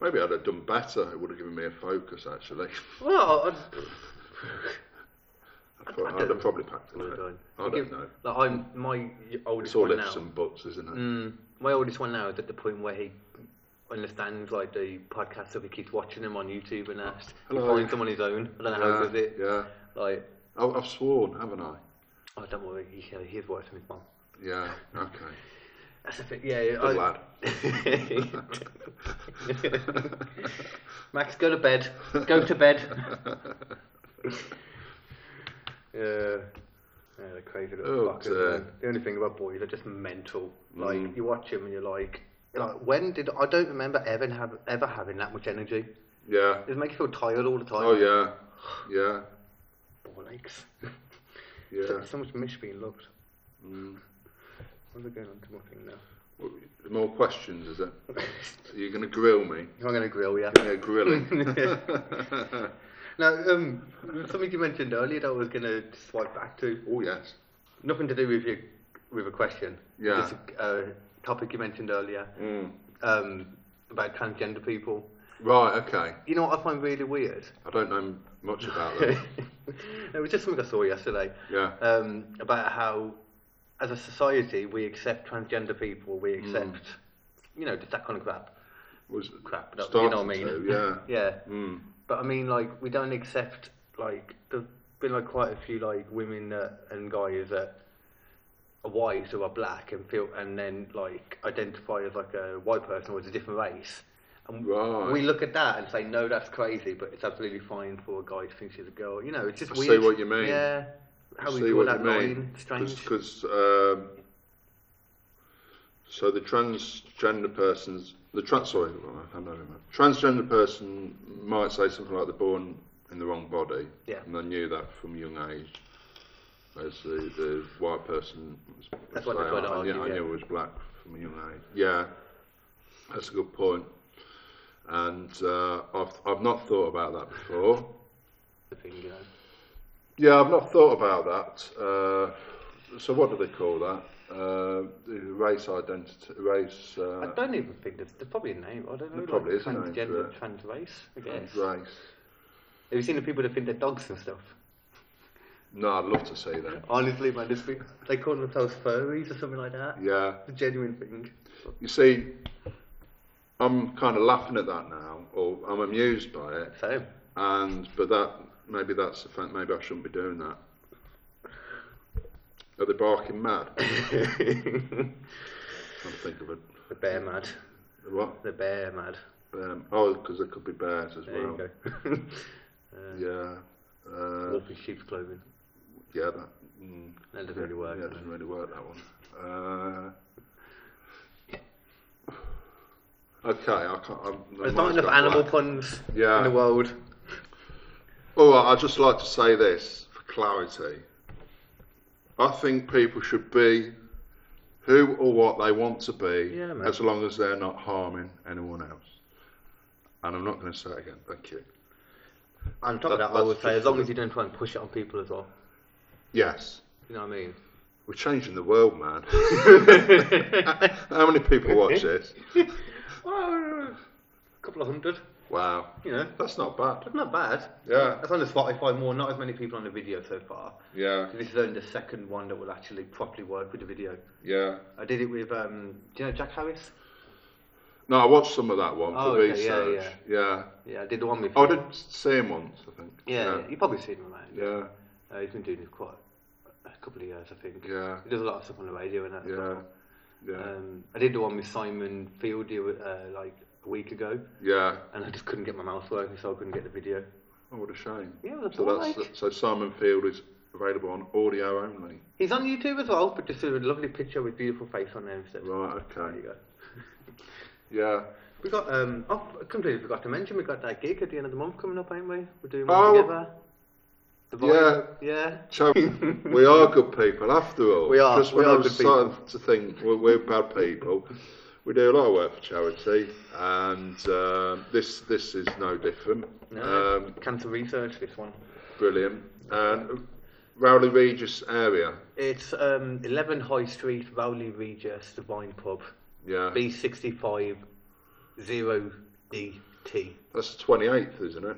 B: Maybe I'd have done better. It would have given me a focus. Actually,
A: Well, I,
B: I'd, pro- I'd
A: don't-
B: have probably packed it.
A: I
B: out.
A: don't,
B: I don't know.
A: Like I'm my oldest
B: It's all
A: one now. Hmm,
B: ifs and buts, isn't it?
A: My oldest one now is at the point where he understands like the podcast stuff. He keeps watching them on YouTube and that. He
B: Oh, Hello.
A: finds them on his own. I don't know how he does
B: yeah,
A: it.
B: yeah.
A: Like,
B: I, I've sworn, haven't I?
A: oh, don't worry. He, he's worse from his mum.
B: Yeah. Okay.
A: That's the thing. Yeah, yeah.
B: Good
A: I-
B: lad.
A: Max, go to bed. Go to bed. yeah. Yeah, they're crazy little
B: Oh,
A: fuckers.
B: dear. Mm.
A: man. The only thing about boys, they're just mental. Like you watch them and you're like, you're like, when did I don't remember ever have ever having that much energy.
B: Yeah.
A: It makes you feel tired all the time.
B: Oh yeah, yeah,
A: Ball aches.
B: yeah. Mm.
A: So much mish being loved. What am I going on to my thing now?
B: More questions, is it? Are you going to grill me?
A: I'm going to grill you.
B: Yeah, grilling.
A: Now, um, something you mentioned earlier that I was going to swipe back to.
B: oh yes.
A: Nothing to do with your with a question.
B: Yeah. Mm.
A: It's a uh, topic you mentioned earlier um, about transgender people.
B: Right, okay.
A: You know what I find really weird?
B: I don't know much about that.
A: it was just something I saw yesterday.
B: Yeah.
A: Um, about how, as a society, we accept transgender people, we accept,
B: Mm.
A: you know, just that kind of crap.
B: Was
A: Crap, that- you
B: started
A: know what I mean?
B: to, yeah. Hmm.
A: Yeah. But I mean, like, we don't accept, like, there's been, like, quite a few, like, women that, and guys that are white or are black and feel, and then, like, identify as, like, a white person or as a different race. And
B: Right.
A: we look at that and say, no, that's crazy, but it's absolutely fine for a guy to think she's a girl. You know, it's just
B: I see
A: weird.
B: what you mean.
A: Yeah. How we
B: See
A: draw
B: what
A: that
B: you mean?
A: line. Strange.
B: Because um, so the transgender person's the trans sorry, I know him. Transgender person might say something like they're born in the wrong body,
A: Yeah.
B: and I knew that from a young age. As the, the white person, was-
A: That's
B: was
A: what they
B: saying,
A: tried to
B: I, knew-
A: argue,
B: I
A: yeah.
B: knew I was black from a young age. Yeah, that's a good point. And uh, I've I've not thought about that before.
A: Thing, you know.
B: Yeah, I've not thought about that. Uh, so what do they call that? Uh, the race identity, race,
A: I
B: uh,
A: don't even think there's, there's probably a name. I don't know.
B: There probably
A: like,
B: is a name for
A: transgender,
B: it.
A: trans race, I guess.
B: race.
A: Have you seen the people that think they're dogs and stuff?
B: No, I'd love to see that.
A: Honestly, man, this thing, they call themselves furries or something like that.
B: Yeah,
A: The genuine thing.
B: you see, I'm kind of laughing at that now, or I'm amused by it.
A: So,
B: And but that maybe that's the fact. Maybe I shouldn't be doing that. Are they barking mad? I'm trying to think of it.
A: the bear mad.
B: What?
A: The bear mad.
B: Um, oh, because there could be bears as
A: There
B: well.
A: you go.
B: Yeah. Uh,
A: Wolf in sheep's clothing.
B: Yeah, that, mm,
A: That doesn't really work.
B: yeah, it
A: does
B: doesn't really work that one. Uh, okay, I can't. I'm, my
A: There's not
B: mind's
A: enough
B: gone
A: animal
B: blank.
A: puns
B: Yeah.
A: in the world.
B: All right, I'd just like to say this for clarity. I think people should be who or what they want to be,
A: Yeah, mate.
B: as long as they're not harming anyone else. And I'm not going to say it again. Thank you.
A: On top of
B: That-
A: that, I would
B: that's
A: say,
B: just
A: as long
B: the-
A: as you don't try and push it on people as well.
B: Yes,
A: You know what I mean?
B: we're changing the world, man. How many people watch this?
A: Oh, a couple of hundred.
B: Wow,
A: You know,
B: that's not bad.
A: that's not bad.
B: Yeah,
A: That's on the Spotify more, not as many people on the video so far.
B: yeah,
A: This is only the second one that will actually properly work with the video.
B: yeah.
A: I did it with, um, do you know Jack Harris?
B: No, I watched some of that one
A: Oh,
B: for
A: okay, yeah,
B: research. Yeah,
A: Yeah, I did the one with.
B: Oh, I did see him once, I think.
A: Yeah,
B: yeah,
A: you've probably seen him around.
B: yeah.
A: Uh, he's been doing it quite a couple of years, I think.
B: Yeah.
A: He does a lot of stuff on the radio and that. as
B: yeah.
A: well.
B: yeah.
A: Um, I did the one with Simon Field the other- uh, like a week ago,
B: yeah.
A: and I just couldn't get my mouth working, so I couldn't get the video.
B: Oh, what a shame.
A: Yeah, it was
B: so that's
A: alright.
B: so Simon Field is available on audio only.
A: He's on YouTube as well, but just a lovely picture with beautiful face on there instead.
B: Right.
A: There you
B: Okay.
A: go.
B: Yeah.
A: We got um. Oh, I completely forgot to mention we got that gig at the end of the month coming up, ain't we? We're doing one
B: Oh.
A: together. The Void. yeah.
B: So we are good people after all.
A: We are-
B: Just
A: we
B: when I
A: are
B: was
A: good people.
B: starting to think we're, we're bad people, we do a lot of work for charity, and um this this is no different.
A: No.
B: Um,
A: Cancer research. This one.
B: Brilliant. And Rowley Regis area.
A: It's um, 11 High Street, Rowley Regis, The Wine Pub,
B: Yeah.
A: B65 0DT.
B: That's the 28th, isn't it?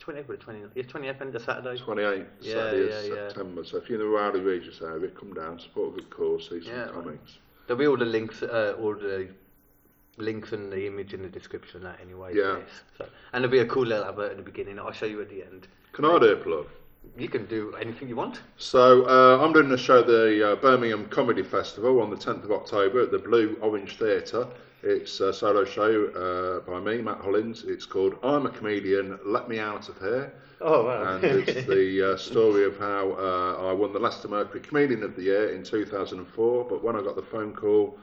A: 20th or 29th? Yeah, 20th end of Saturday.
B: 28th,
A: Yeah,
B: Saturday of
A: yeah, yeah.
B: September. So if you're in the Rowley Regis area, come down, support a good cause, see some
A: Yeah.
B: comics.
A: There'll be all the links, uh, all the links and the image in the description and that anyway. for
B: Yeah.
A: this. So, and there'll be a cool little advert at the beginning. I'll show you at the end.
B: Can I do a plug?
A: You can do anything you want.
B: So uh, I'm doing a show at the uh, Birmingham Comedy Festival on the 10th of October at the Blue Orange Theatre. It's a solo show uh, by me, Matt Hollins. It's called I'm a Comedian, Let Me Out of Here.
A: Oh, wow.
B: and it's the uh, story of how uh, I won the Leicester Mercury Comedian of the Year in 2004. But when I got the phone call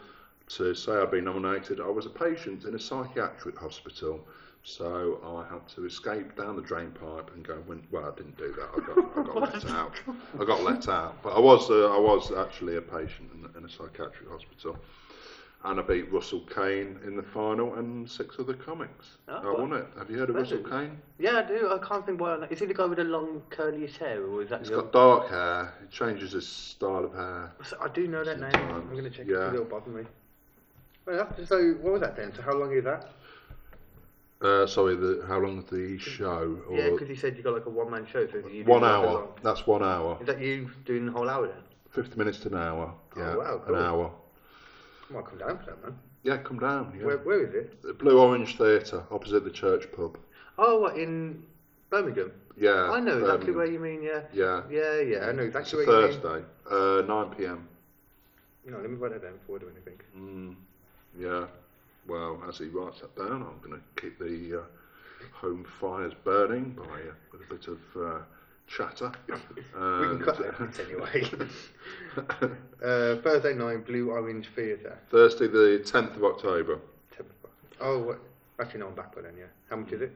B: to say I'd been nominated, I was a patient in a psychiatric hospital. So I had to escape down the drain pipe and go. and win- Well, I didn't do that. I got, I got let out. I got let out. But I was uh, I was actually a patient in, in a psychiatric hospital and I beat Russell Kane in the final and six other comics.
A: Oh,
B: I won it. Have you heard of Russell Kane?
A: Yeah, I do. I can't think why. I'm- Is he the guy with the long curliest hair, or is that
B: He's
A: the
B: got dark hair. He changes his style of hair.
A: So I do know that name. I'm going to check
B: Yeah.
A: it. It'll bother me. Well, that, so what was that then? So how long is that?
B: Uh, sorry, the, how long is the show? Or
A: Yeah, because you said you got like a one man show. So you do
B: one
A: like a
B: hour.
A: long-
B: That's one hour.
A: Is that you doing the whole hour then?
B: 50 minutes to an hour. Yeah,
A: Oh, wow,
B: an
A: cool.
B: hour.
A: I might come down for that, man.
B: Yeah, come down. Yeah.
A: Where, where is it?
B: The Blue Orange Theatre, opposite the church pub.
A: Oh, what, in Birmingham.
B: Yeah.
A: I know exactly
B: um,
A: where you mean. Yeah.
B: Yeah.
A: Yeah, yeah. I know
B: It's
A: exactly
B: a
A: where you
B: Thursday, uh, 9 pm.
A: mean. No, let me write that down before I do anything.
B: Yeah. Well, as he writes that down, I'm going to keep the uh, home fires burning by uh, with a bit of uh, chatter.
A: we can
B: And-
A: cut that bit anyway. uh, Thursday night, Blue Orange Theatre.
B: Thursday, the 10th of October.
A: Oh, what? actually, no, I'm back by then. Yeah. How much is it?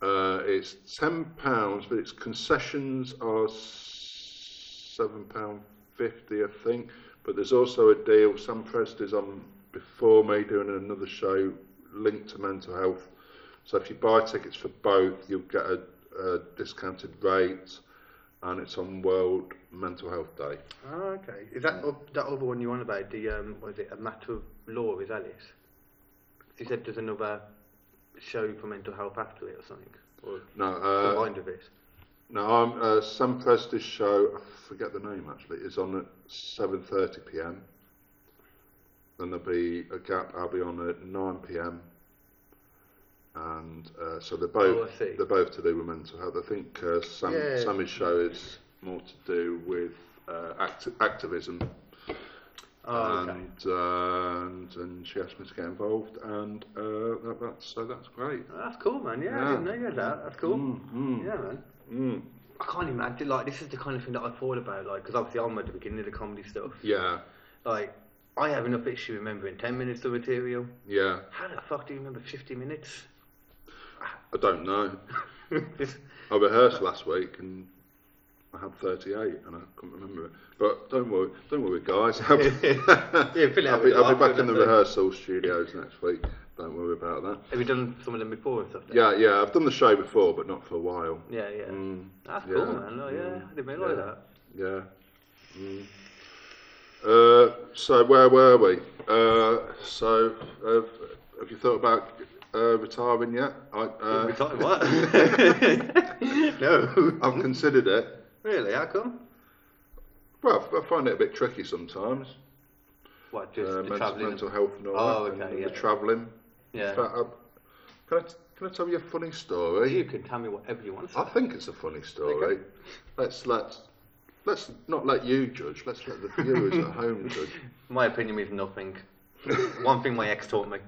B: Uh, it's ten pounds, but its concessions are seven pound fifty, I think. But there's also a deal. Sam Presley's on before me doing another show linked to mental health. So if you buy tickets for both, you'll get a, a discounted rate, and it's on World Mental Health Day.
A: Oh, okay. Is that oth- that other one you want about the um, was it a matter of law? Is Alice? You said there's another show for mental health after it or something, or
B: No, uh,
A: combined with it.
B: no, I'm, uh, Sam Presley's show. I forget the name actually. Is on at seven thirty p.m. Then there'll be a gap. I'll be on at nine p.m. And uh, so they're
A: Oh,
B: both
A: I see.
B: they're both to do with mental health. I think uh, Sam,
A: Yeah.
B: Sammy's show is more to do with uh, act- activism.
A: Oh, okay.
B: and, uh, and and she asked me to get involved, and uh, that, that's so that's great.
A: Oh, That's cool, man. Yeah, I didn't know you had that. That's cool. Yeah, man. I can't imagine. Like, this is the kind of thing that I thought about. Like, because obviously I'm at the beginning of the comedy stuff.
B: Yeah,
A: Like, I have enough issue remembering ten minutes of material.
B: yeah.
A: How the fuck do you remember fifty minutes?
B: I don't know.
A: Just-
B: I rehearsed last week and I had 38 and I couldn't remember it. But don't worry, don't worry, guys. I'll be,
A: fill it
B: I'll
A: out
B: be,
A: with
B: I'll be
A: laughter,
B: back in the
A: that's it.
B: rehearsal studios next week. Don't worry about that.
A: have you done some of them before and stuff? then?
B: Yeah, yeah. I've done the show before, but not for a while.
A: Yeah, yeah. That's
B: Mm. yeah,
A: cool, man. Oh, yeah, I didn't realise
B: yeah.
A: that.
B: Yeah. Mm. Uh, so where were we? Uh, so uh, have you thought about uh, retiring yet? I, uh,
A: We're talking what? no.
B: I've considered it.
A: Really? How come?
B: Well, I find it a bit tricky sometimes.
A: What, just
B: Uh,
A: the
B: mental,
A: travelling?
B: mental health and all
A: Oh,
B: that,
A: okay,
B: and
A: yeah.
B: the travelling.
A: Yeah.
B: In fact, I, um, can, I t- can I tell you a funny story?
A: You can tell me whatever you want.
B: I think it's a funny story. Let's let let's not let you judge. Let's let the viewers at home judge.
A: My opinion is nothing. One thing my ex taught me.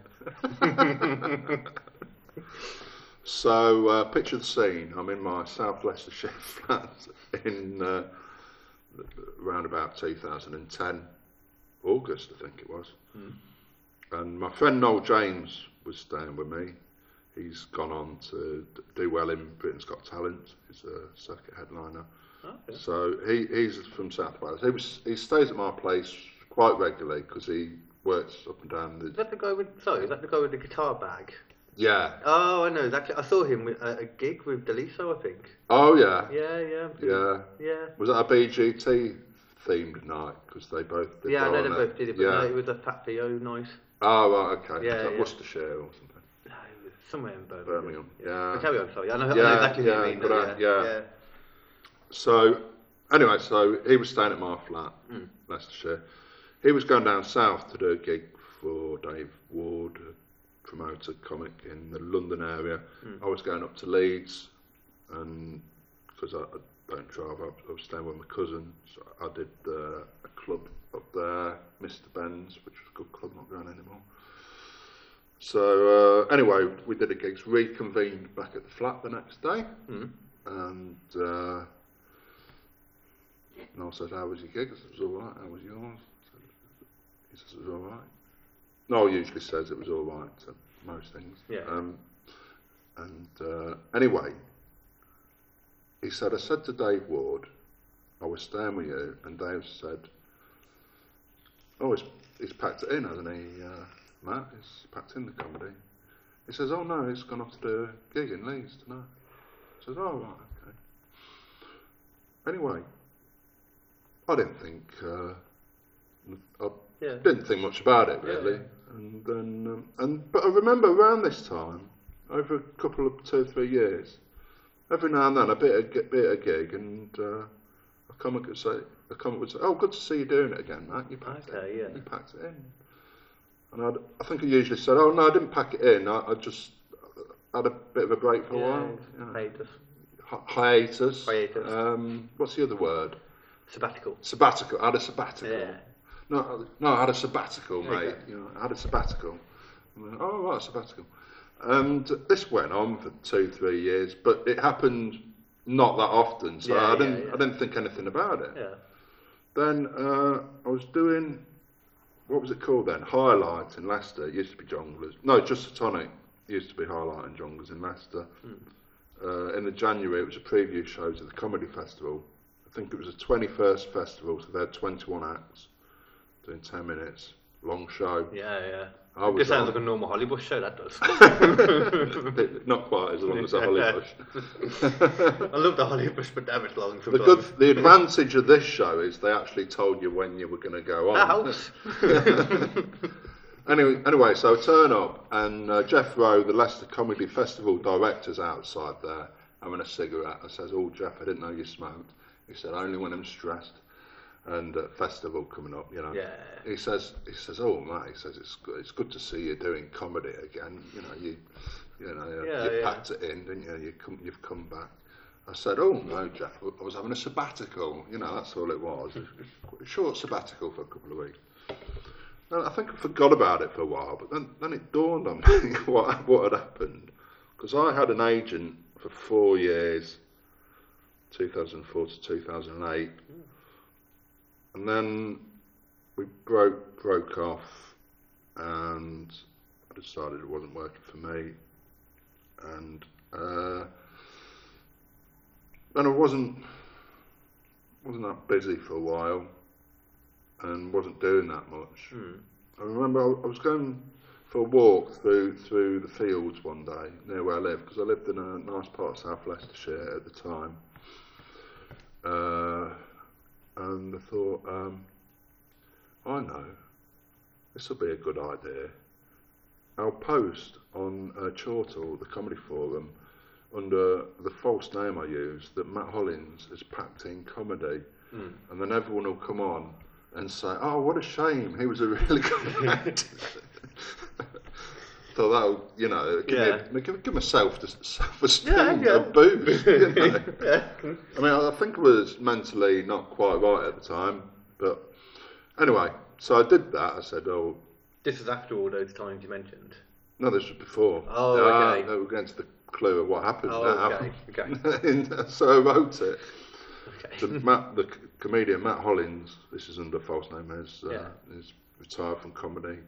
B: So, uh, picture the scene. I'm in my South Leicestershire flat in uh, around about 2010, August, I think it was. And my friend Noel James was staying with me. He's gone on to d- do well in Britain's Got Talent. He's a circuit headliner. So he, he's from South Wales. He was he stays at my place quite regularly because he works up and down
A: Is
B: the
A: that the guy with, sorry, is that the guy with the guitar bag?
B: yeah.
A: Oh, I know, exactly. I saw him with- at a gig with Deliso, I think.
B: Oh yeah,
A: Yeah, yeah.
B: yeah.
A: Yeah.
B: Was that a BGT themed night? Because they both did.
A: Yeah, I
B: well,
A: know they
B: wasn't
A: both did it, but
B: yeah.
A: no, it was a Fat Theo night.
B: Oh right, okay.
A: Yeah,
B: Was that
A: yeah.
B: Worcestershire or something?
A: No, it was somewhere in Birmingham.
B: Birmingham.
A: Oh,
B: Yeah.
A: carry on, sorry. I know, I know
B: Yeah,
A: exactly
B: yeah,
A: what you mean.
B: but
A: though,
B: I- yeah. So anyway, so he was staying at my flat, Leicestershire. He was going down south to do a gig for Dave Ward, a promoter comic in the London area. I was going up to Leeds, and because I, I don't drive, I, I was staying with my cousin. So I did uh, a club up there, Mr. Ben's, which was a good club, not going anymore. So uh, anyway, we did the gigs, reconvened back at the flat the next day, and uh, Noel said, "How was your gig?" I said, "It was all right. How was yours?" I said, He says, "It was all right." Noel usually says it was all right to most things.
A: Yeah.
B: Um, and uh, anyway, he said, "I said to Dave Ward, I was staying with you," and Dave said, oh, he's, he's packed it in, hasn't he, uh, Matt? He's packed in the comedy. He says, oh no, he's gone off to do a gig in Leeds tonight. I says, oh, right, okay. Anyway, I didn't think, uh, I
F: Yeah.
B: didn't think much about it really. And then, um, and but I remember around this time, over a couple of two or three years, every now and then I bit a gi- bit a gig, and uh, a comic would say, a comic would say, "Oh, good to see you doing it again, Matt. You packed
F: Okay,
B: it,
F: yeah.
B: you packed it in." And I'd, I think I usually said, "Oh no, I didn't pack it in. I, I just had a bit of a break for a while." Yeah.
F: Hey, just
B: Hi- hiatus.
F: Hiatus.
B: Um, what's the other word?
F: sabbatical.
B: Sabbatical. I had a sabbatical.
F: Yeah.
B: No, I- no, I had a sabbatical, mate. You know, I had a sabbatical. And then, oh, right, sabbatical. And this went on for two, three years, but it happened not that often, so
F: Yeah,
B: I
F: yeah,
B: didn't,
F: yeah.
B: I didn't think anything about it.
F: Yeah.
B: Then uh, I was doing, what was it called then? Highlight in Leicester. It used to be Jonglers. No, just the tonic. It used to be Highlight and Jonglers in Leicester. Uh, in the January, it was a preview show to the comedy festival. I think it was the 21st festival, so they had 21 acts, doing 10 minutes, long show.
F: Yeah, yeah.
B: I
F: This
B: was
F: sounds
B: on-
F: like a normal Hollywood show, that does.
B: not quite as long as a Holly Bush.
F: I love the Hollywood Bush, but damn it's long
B: The
F: sometimes.
B: good, the advantage of this show is they actually told you when you were going to go on.
F: That helps.
B: Anyway, anyway, so turn up, and uh, Jeff Rowe, the Leicester Comedy Festival director's outside there having a cigarette. I says, "Oh, Jeff, I didn't know you smoked." He said, "Only when I'm stressed." And uh, festival coming up, you know.
F: Yeah.
B: He says, he says, "Oh, Matt," he says, "It's good, it's good to see you doing comedy again. You know, you, you know, you-
F: Yeah,
B: you
F: yeah.
B: packed it in, didn't you? You come, you've come back." I said, "Oh no, Jeff, I was having a sabbatical. You know, that's all it was. A short sabbatical for a couple of weeks." And I think I forgot about it for a while, but then, then it dawned on me what, what had happened. Because I had an agent for four years, 2004 to 2008. And then we broke, broke off, and I decided it wasn't working for me. And uh, then I wasn't, wasn't that busy for a while and wasn't doing that much. I remember I I was going for a walk through through the fields one day near where I live because I lived in a nice part of South Leicestershire at the time, uh, and I thought, um, I know this will be a good idea. I'll post on uh, Chortle, the comedy forum, under the false name I used that Matt Hollins has packed in comedy,
F: Hmm.
B: and then everyone will come on and say, "Oh, what a shame! He was a really good actor." so that'll, you know, give,
F: Yeah.
B: me, give, give myself the self-esteem
F: Yeah, yeah.
B: a boost. You know?
F: yeah.
B: I mean, I I think I was mentally not quite right at the time, but anyway, so I did that. I said, "Oh,
F: This is after all those times you mentioned.
B: no, this was before."
F: Oh,
B: Ah,
F: okay.
B: No, we're going to the clue of what happened.
F: Oh,
B: now.
F: okay,
B: And so I wrote it.
F: Okay.
B: The, Matt, the c- comedian Matt Hollins, this is under false name, is, uh,
F: Yeah.
B: is retired from comedy.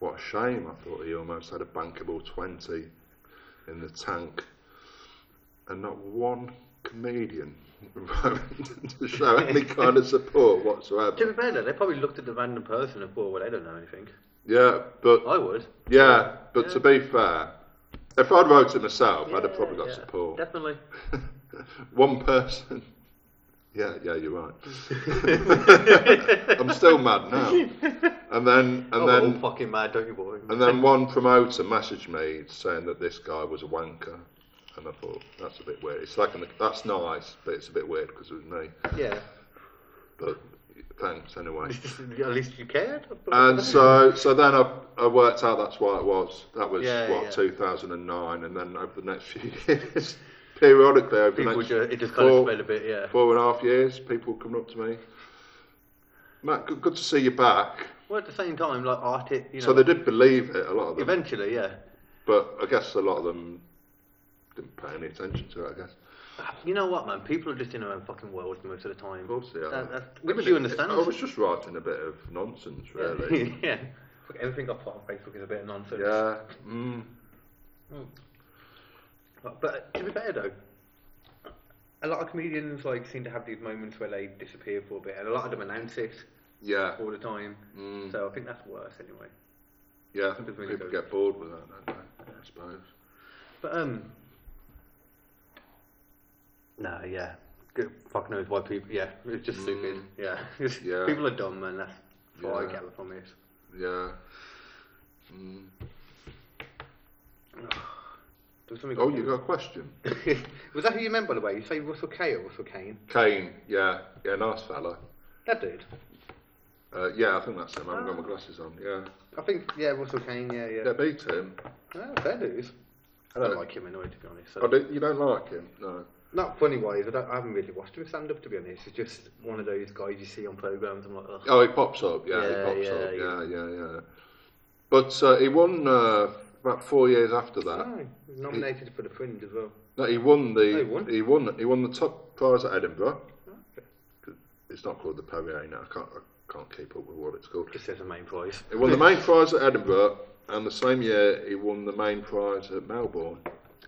B: What a shame! I thought he almost had a bankable twenty in the tank, and not one comedian wrote to show any kind of support
F: To
B: whatsoever.
F: be fair, though, they probably looked at the random person and thought, well, they don't know anything.
B: Yeah, but
F: I would.
B: Yeah, but to be fair, if I'd wrote it myself, I'd have probably got
F: Yeah,
B: support.
F: Definitely.
B: One person. Yeah, yeah, you're right. I'm still mad now. And then, and
F: Oh, we're
B: then,
F: all fucking mad, don't you, boy?
B: and then, one promoter messaged me saying that this guy was a wanker, and I thought that's a bit weird. It's like an, that's nice, but it's a bit weird because it was me.
F: Yeah.
B: But thanks anyway.
F: At least you cared.
B: And so, so then I, I worked out that's why it was. That was
F: Yeah,
B: what
F: yeah.
B: 2009, and then over the next few years, periodically over
F: People
B: the next
F: ju- it just kind of
B: four,
F: spread a bit, yeah.
B: four and a half years, people coming up to me. Matt, good, good to see you back.
F: Well, at the same time, like art, it, you know,
B: So they did believe it, a lot of them,
F: eventually, yeah.
B: but I guess a lot of them didn't pay any attention to it. I guess.
F: You know what, man? People are just in their own fucking world most of the time.
B: Of course they are.
F: That, that's,
B: I
F: which
B: mean,
F: you
B: it-
F: understand.
B: I was just writing a bit of nonsense, really.
F: yeah. Fuck, Everything I put on Facebook is a bit of nonsense.
B: yeah. Mm.
F: But, but to be fair though, a lot of comedians like seem to have these moments where they disappear for a bit, and a lot of them announce it.
B: Yeah,
A: all the time.
B: Mm.
A: So I think that's worse anyway.
B: yeah.
A: Something's really
B: People
A: good.
B: get bored with that, don't they? I suppose.
A: But um, no, yeah, good. Fuck knows why people. Yeah, it's just stupid. Yeah, It's-
B: Mm. Yeah.
A: people are dumb, and that's what
B: Yeah.
A: I gather from it.
B: Yeah. Mm.
A: There was something.
B: Oh, you got a question?
A: was that who you meant by the way? You say Russell Kay or Russell Kane?
B: Kane, yeah, yeah, nice fella.
A: That dude.
B: Uh, yeah, I think that's him. I haven't got my glasses on. Yeah,
A: I think yeah, Russell Kane. Yeah, yeah.
B: yeah, beat him.
A: Oh, fair dues. I don't
B: Yeah.
A: like him anyway, to be honest. So.
B: I Oh, do, you don't like him? No.
A: Not funny wise. I, don't, I haven't really watched him stand up to be honest. It's just one of those guys you see on programs. I'm like, Ugh.
B: Oh, he pops up. Yeah, he
A: Yeah,
B: pops
A: yeah,
B: up. Yeah,
A: yeah.
B: yeah, yeah. But uh, he won uh, about four years after that.
A: Oh, he's nominated for the Fringe as well.
B: No, he won the
A: Oh, he won?
B: he won he won the top prize at Edinburgh. It's not called the Perrier now. I can't I can't keep up with what it's called.
A: Just says the main prize.
B: He won the main prize at Edinburgh, and the same year he won the main prize at Melbourne.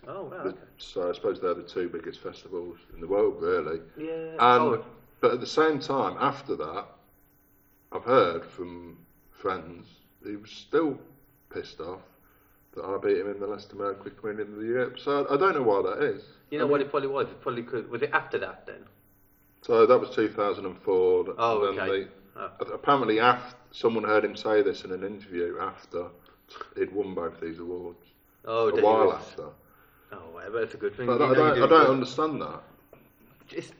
A: Oh wow. Okay.
B: So I suppose they're the two biggest festivals in the world, really.
A: Yeah.
B: And,
A: oh,
B: But at the same time, after that, I've heard from friends he was still pissed off that I beat him in the Leicester Mercury Community of the Year episode. I don't know why that is.
A: you know what it probably was. It probably could. Was it after that then?
B: So that was 2004.
A: Oh,
B: and then
A: okay.
B: they-
A: Oh.
B: a- Apparently, af someone heard him say this in an interview after he'd won both these awards.
A: Oh,
B: a
A: then it
B: while
A: was-
B: after.
A: Oh, well, that's a good thing.
B: But I
A: You
B: don't, I
A: know you
B: don't,
A: do
B: I don't
A: good.
B: understand that.
A: It's,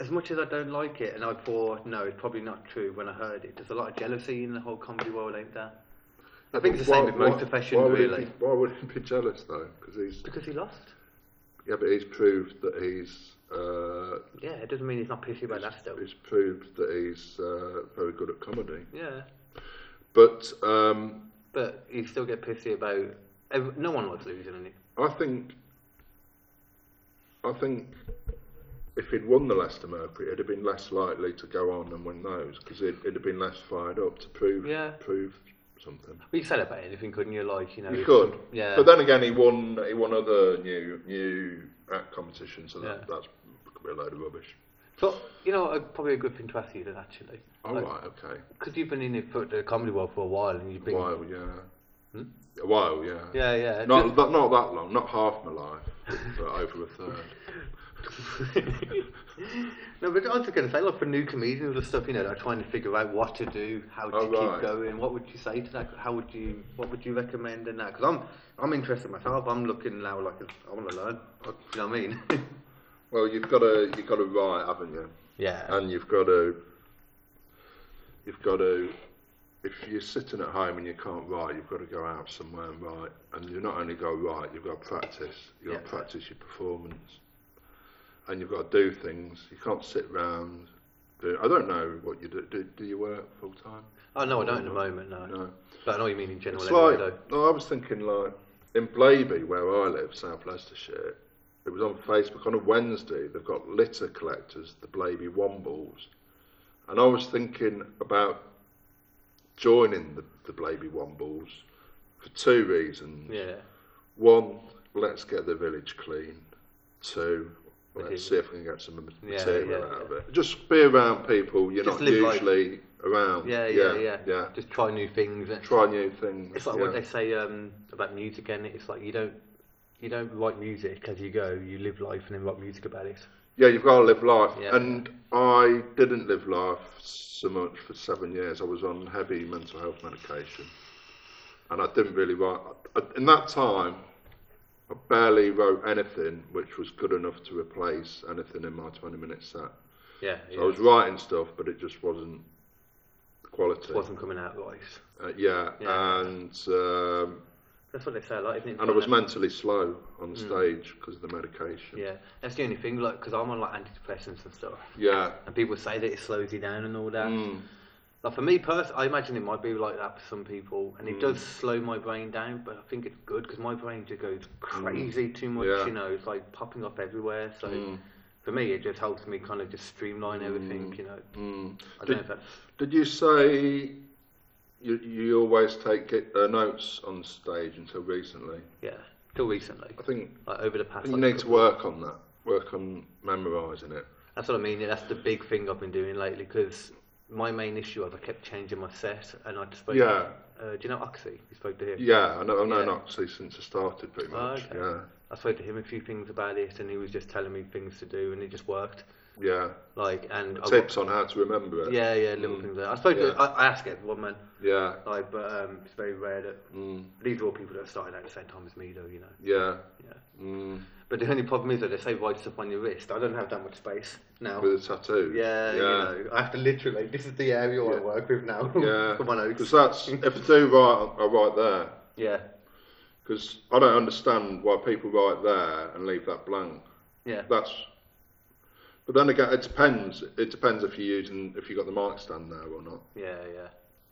A: as much as I don't like it, and I thought no, it's probably not true. When I heard it, there's a lot of jealousy in the whole comedy world, ain't there? I think it's the
B: Why-
A: same with most
B: why-
A: professions,
B: why would he
A: really.
B: be- why would he be jealous though? Because he's
A: Because he lost.
B: yeah, but he's proved that he's uh,
A: Yeah, it doesn't mean he's not pissy about that still.
B: he's proved that he's uh, very good at comedy.
A: Yeah,
B: But um,
A: but you still get pissy about. ev- No one likes losing, and it.
B: I think, I think, if he'd won the Leicester Mercury, he'd have been less likely to go on and win those because he'd, he'd have been less fired up to prove
A: Yeah.
B: prove something.
A: Well, you said about anything, couldn't you? Like you know,
B: He
A: if-
B: could,
A: Yeah.
B: But then again, he won he won other new new act competitions, so that,
A: Yeah.
B: that's could be a load of rubbish.
A: So you know, uh, probably a good thing to ask you then actually,
B: All Oh, right, okay.
A: because you've been in it for the comedy world for a while, and you've
B: A
A: been.
B: while, yeah. Hmm? A while, yeah.
A: Yeah, yeah.
B: Not that, not that long, not half my life, but uh, over a third.
A: no, but I was going to say, like for new comedians and stuff, you know, like trying to figure out what to do, how to
B: Oh, right.
A: keep going. What would you say to that? How would you? What would you recommend in that? Because I'm, I'm interested myself. I'm looking now, like I want to learn. Do you know what I mean?
B: Well, you've got to you've got to write, haven't you?
A: yeah.
B: and you've got to you've got to if you're sitting at home and you can't write you've got to go out somewhere and write and you not only go write you've got to practice you've got to
A: Yeah.
B: practice your performance and you've got to do things you can't sit round do, I don't know what you do do, do you work full time
A: oh no, I don't at the moment. No.
B: no
A: But I know what you mean in general.
B: it's
A: Anyway,
B: like
A: though.
B: no, I was thinking like in Blaby where I live South Leicestershire it was on Facebook on a Wednesday they've got litter collectors the Blaby Wombles and I was thinking about joining the, the Blaby Wombles for two reasons
A: Yeah.
B: one let's get the village clean two let's see if we can get some
A: Yeah,
B: material
A: yeah,
B: out of
A: yeah.
B: it just be around people you're
A: Just
B: not
A: live life.
B: usually around
A: Yeah, yeah, yeah,
B: yeah,
A: Just try new things.
B: try new things
A: It's like
B: yeah.
A: what they say um, about music, and it's like you don't you don't write music as you go. You live life and then write music about it.
B: Yeah, you've got to live life.
A: Yeah.
B: And I didn't live life so much for seven years. I was on heavy mental health medication. And I didn't really write. I- In that time, I barely wrote anything which was good enough to replace anything in my 20 minute set.
A: Yeah, yeah.
B: I was writing stuff, but it just wasn't the quality.
A: wasn't coming out right.
B: Uh, yeah,
A: Yeah.
B: and um,
A: That's what they say, like isn't it?
B: and I was mentally slow on stage because of the
A: Mm.
B: medication.
A: Yeah, that's the only thing, like, because I'm on like antidepressants and stuff,
B: yeah,
A: and people say that it slows you down and all that.
B: Hmm.
A: Like for me personally, I imagine it might be like that for some people, and
B: Hmm.
A: it does slow my brain down. But I think it's good because my brain just goes crazy too much.
B: Hmm. Yeah. Hmm.
A: You know, it's like popping up everywhere. So for me, it just helps me kind of just streamline everything. You know, I don't know if that's
B: Hmm. Did you say you, you always take it, uh, notes on stage until recently?
A: yeah, till recently,
B: I think
A: like over the past.
B: you
A: like,
B: need to work on that. Work on memorising it.
A: That's what I mean. yeah, That's the big thing I've been doing lately because my main issue was I kept changing my set, and I just spoke.
B: Yeah.
A: Uh, do you know Oxy? You spoke to him.
B: Yeah, I know, I've known
A: Yeah. Oh,
B: Oxy since I started, pretty much.
A: okay. I spoke to him a few things about it, and he was just telling me things to do, and it just worked.
B: Yeah,
A: Like, and I got-
B: yeah. Tips on how to remember it.
A: Oh, yeah, yeah, little things. There. I spoke
B: mm, Yeah.
A: to. I, I ask everyone, man.
B: Yeah,
A: Like, but um, it's very rare that
B: Mm.
A: these are all people that are starting out at the same time as me, though. You know.
B: yeah. Mm,
A: Yeah. But the only problem is that they say write stuff on your wrist. I don't have that much space now.
B: With a tattoo.
A: Yeah, you know, I have to literally. This is the area I work with now.
B: Yeah,
A: Come on,
B: because
A: Oaks.
B: that's if I do write, I write there.
A: Yeah,
B: Because I don't understand why people write there and leave that blank.
A: yeah,
B: That's. But then again, it depends. It depends if you're using if you got the mic stand there or not.
A: yeah, yeah.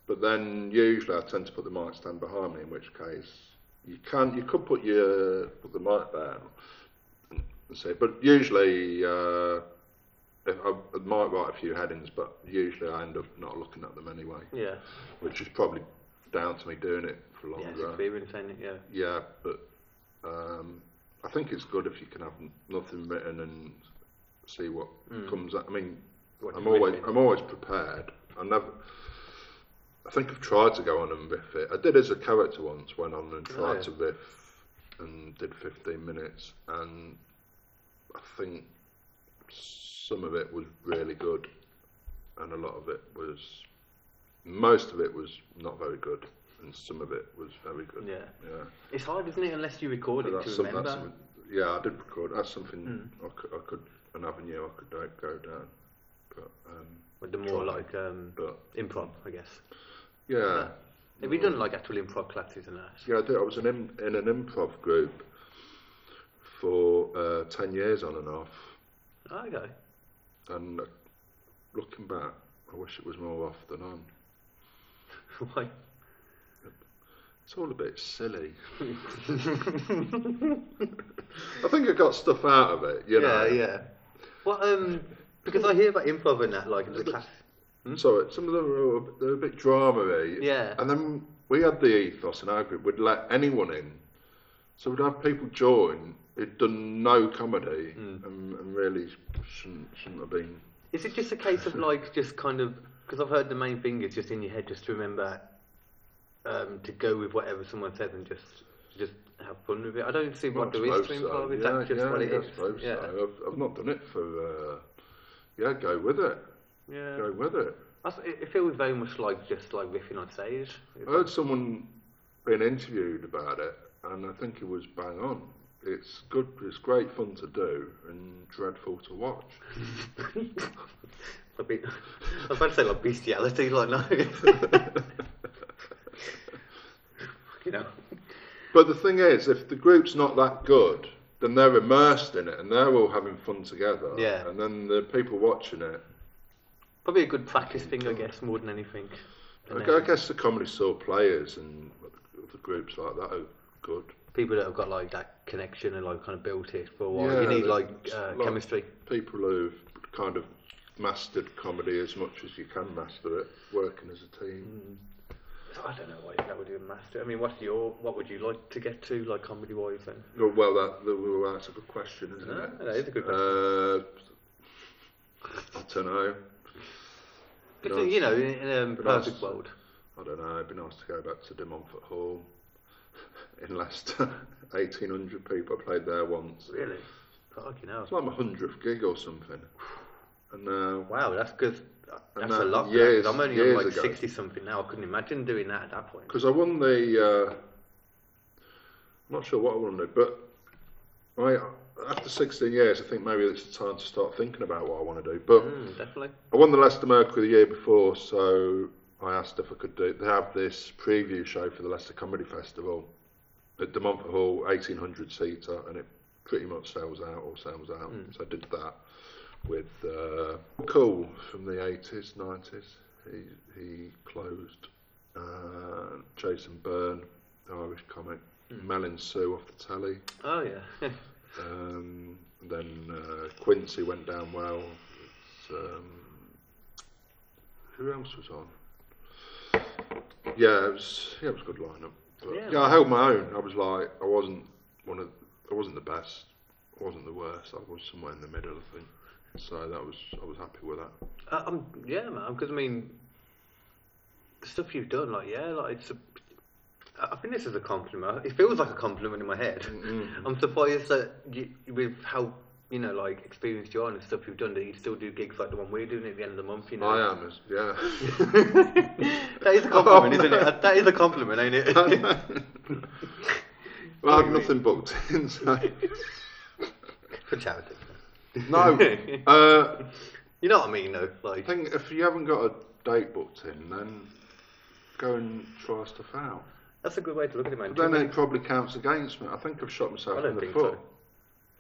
B: But then usually I tend to put the mic stand behind me, in which case you can you could put your put the mic there and say. But usually uh, if I, I might write a few headings, but usually I end up not looking at them anyway,
A: Yeah,
B: which is probably down to me doing it for
A: yeah, it's
B: longer.
A: experience, ain't it? Yeah,
B: Yeah, but um, I think it's good if you can have n- nothing written and see what comes. Out. I mean,
A: Hmm. What
B: I'm
A: you've
B: always
A: written.
B: I'm always prepared. I never. I think I've tried to go on and riff it. I did as a character once. Went on and tried
A: yeah.
B: to riff and did 15 minutes, and I think some of it was really good, and a lot of it was. Most of it was not very good, and some of it was very good.
A: Yeah.
B: Yeah.
A: it's hard, isn't it? Unless you record it
B: That's
A: to
B: some, that's
A: remember. Hmm.
B: some- yeah, I did record. That's something I, could, I could, an avenue I could do, go down. But, um,
A: But the more
B: try,
A: like um,
B: but
A: improv, I guess.
B: yeah,
A: Have you done like actual improv classes and that?
B: Mm. yeah, I did. I was in, im- in an improv group for uh, ten years on and off,
A: Oh, Okay.
B: and uh, looking back, I wish it was more off than on.
A: Why?
B: It's all a bit silly. I think I got stuff out of it, you know.
A: Yeah, yeah. Well, um, because I hear about improv and that, like the class.
B: So some of them were a, bit- they were a bit dramery.
A: Yeah.
B: And then we had the ethos in our group. We'd let anyone in. So we'd have people join who'd done no comedy
A: Hmm.
B: and, and really shouldn't, shouldn't have been.
A: Is it just a case of like just kind of because I've heard the main thing is just in your head, just to remember um, to go with whatever someone says and just just have fun with it. I don't see what
B: I
A: there is to
B: suppose
A: improv. Is
B: yeah,
A: that just
B: yeah,
A: what it
B: yeah,
A: is?
B: I suppose
A: yeah.
B: so. I've, I've not done it for. Uh, yeah, go with it.
A: yeah.
B: Go with it.
A: That's, it it feels very much like just like riffing on stage.
B: I heard someone being interviewed about it, and I think it was bang on. It's good. It's great fun to do and dreadful to watch.
A: I mean, I was about to say like bestiality, like no. you know.
B: But the thing is, if the group's not that good, then they're immersed in it and they're all having fun together.
A: Yeah.
B: And then the people watching it,
A: Probably a good practice thing, I guess, more than anything. And
B: I, gu- I
A: then
B: guess the comedy store players and the groups like that are good.
A: People that have got like that connection and like kind of built it for a while. you need
B: the-
A: like uh,
B: like
A: chemistry.
B: People who've kind of mastered comedy as much as you can master it, working as a
A: Mm.
B: team.
A: I don't know why that would be a master. I mean, what's your what would you like to get to like comedy wise then?
B: Well, Well, that, that- well, that's a good question, isn't
A: Ah,
B: it?
A: that is a good question.
B: Uh, I don't know.
A: Good thing, uh, you know, in, um, in a perfect world.
B: I don't know, it'd be nice to go back to De Montfort Hall in Leicester. 1800 people played there once. It's
A: Really? Fucking hell.
B: like my 100th gig or something. And uh,
A: Wow, that's good. That's
B: that
A: a lot.
B: years-
A: Years, I'm only
B: years
A: on like
B: ago.
A: 60 something now. I couldn't imagine doing that at that point.
B: because I won the. Uh, I'm not sure what I won, but I, after 16 years, I think maybe it's the time to start thinking about what I want to do. But
A: Mm, definitely.
B: I won the Leicester Mercury the year before, so I asked if I could do. They have this preview show for the Leicester Comedy Festival at De Montfort Hall, eighteen hundred seater, and it pretty much sells out or sells out. So I did that with uh, Cool from the eighties, nineties. He he closed. Uh, Jason Byrne, the Irish comic. Mel and Sue off the telly.
A: Oh yeah.
B: Um, and then uh, Quincy went down well. It's, um, who else was on? Yeah, it was yeah, it was a good lineup. But, yeah,
A: Yeah.
B: I held my own. I was like, I wasn't one of, I wasn't the best, I wasn't the worst. I was somewhere in the middle. I think. So that was I was happy with that.
A: Uh, um, yeah, man. Because I mean, the stuff you've done, like, yeah, like it's. A, I I think this is a compliment. It feels like a compliment in my head. I'm surprised that you, with how you know, like experienced you are and the stuff you've done, that you still do gigs like the one we're doing at the end of the month. You know,
B: I am, as- yeah.
A: that is a compliment, isn't it? Oh, That is a compliment, ain't it?
B: well, I've nothing booked in. So.
A: For charity.
B: No, uh,
A: You know what I mean, though. Like,
B: I think if you haven't got a date booked in, then go and try stuff out.
A: that's a good way to look at it, man.
B: But then it probably counts against me. I think I've shot myself
A: I don't
B: in the
A: think
B: foot.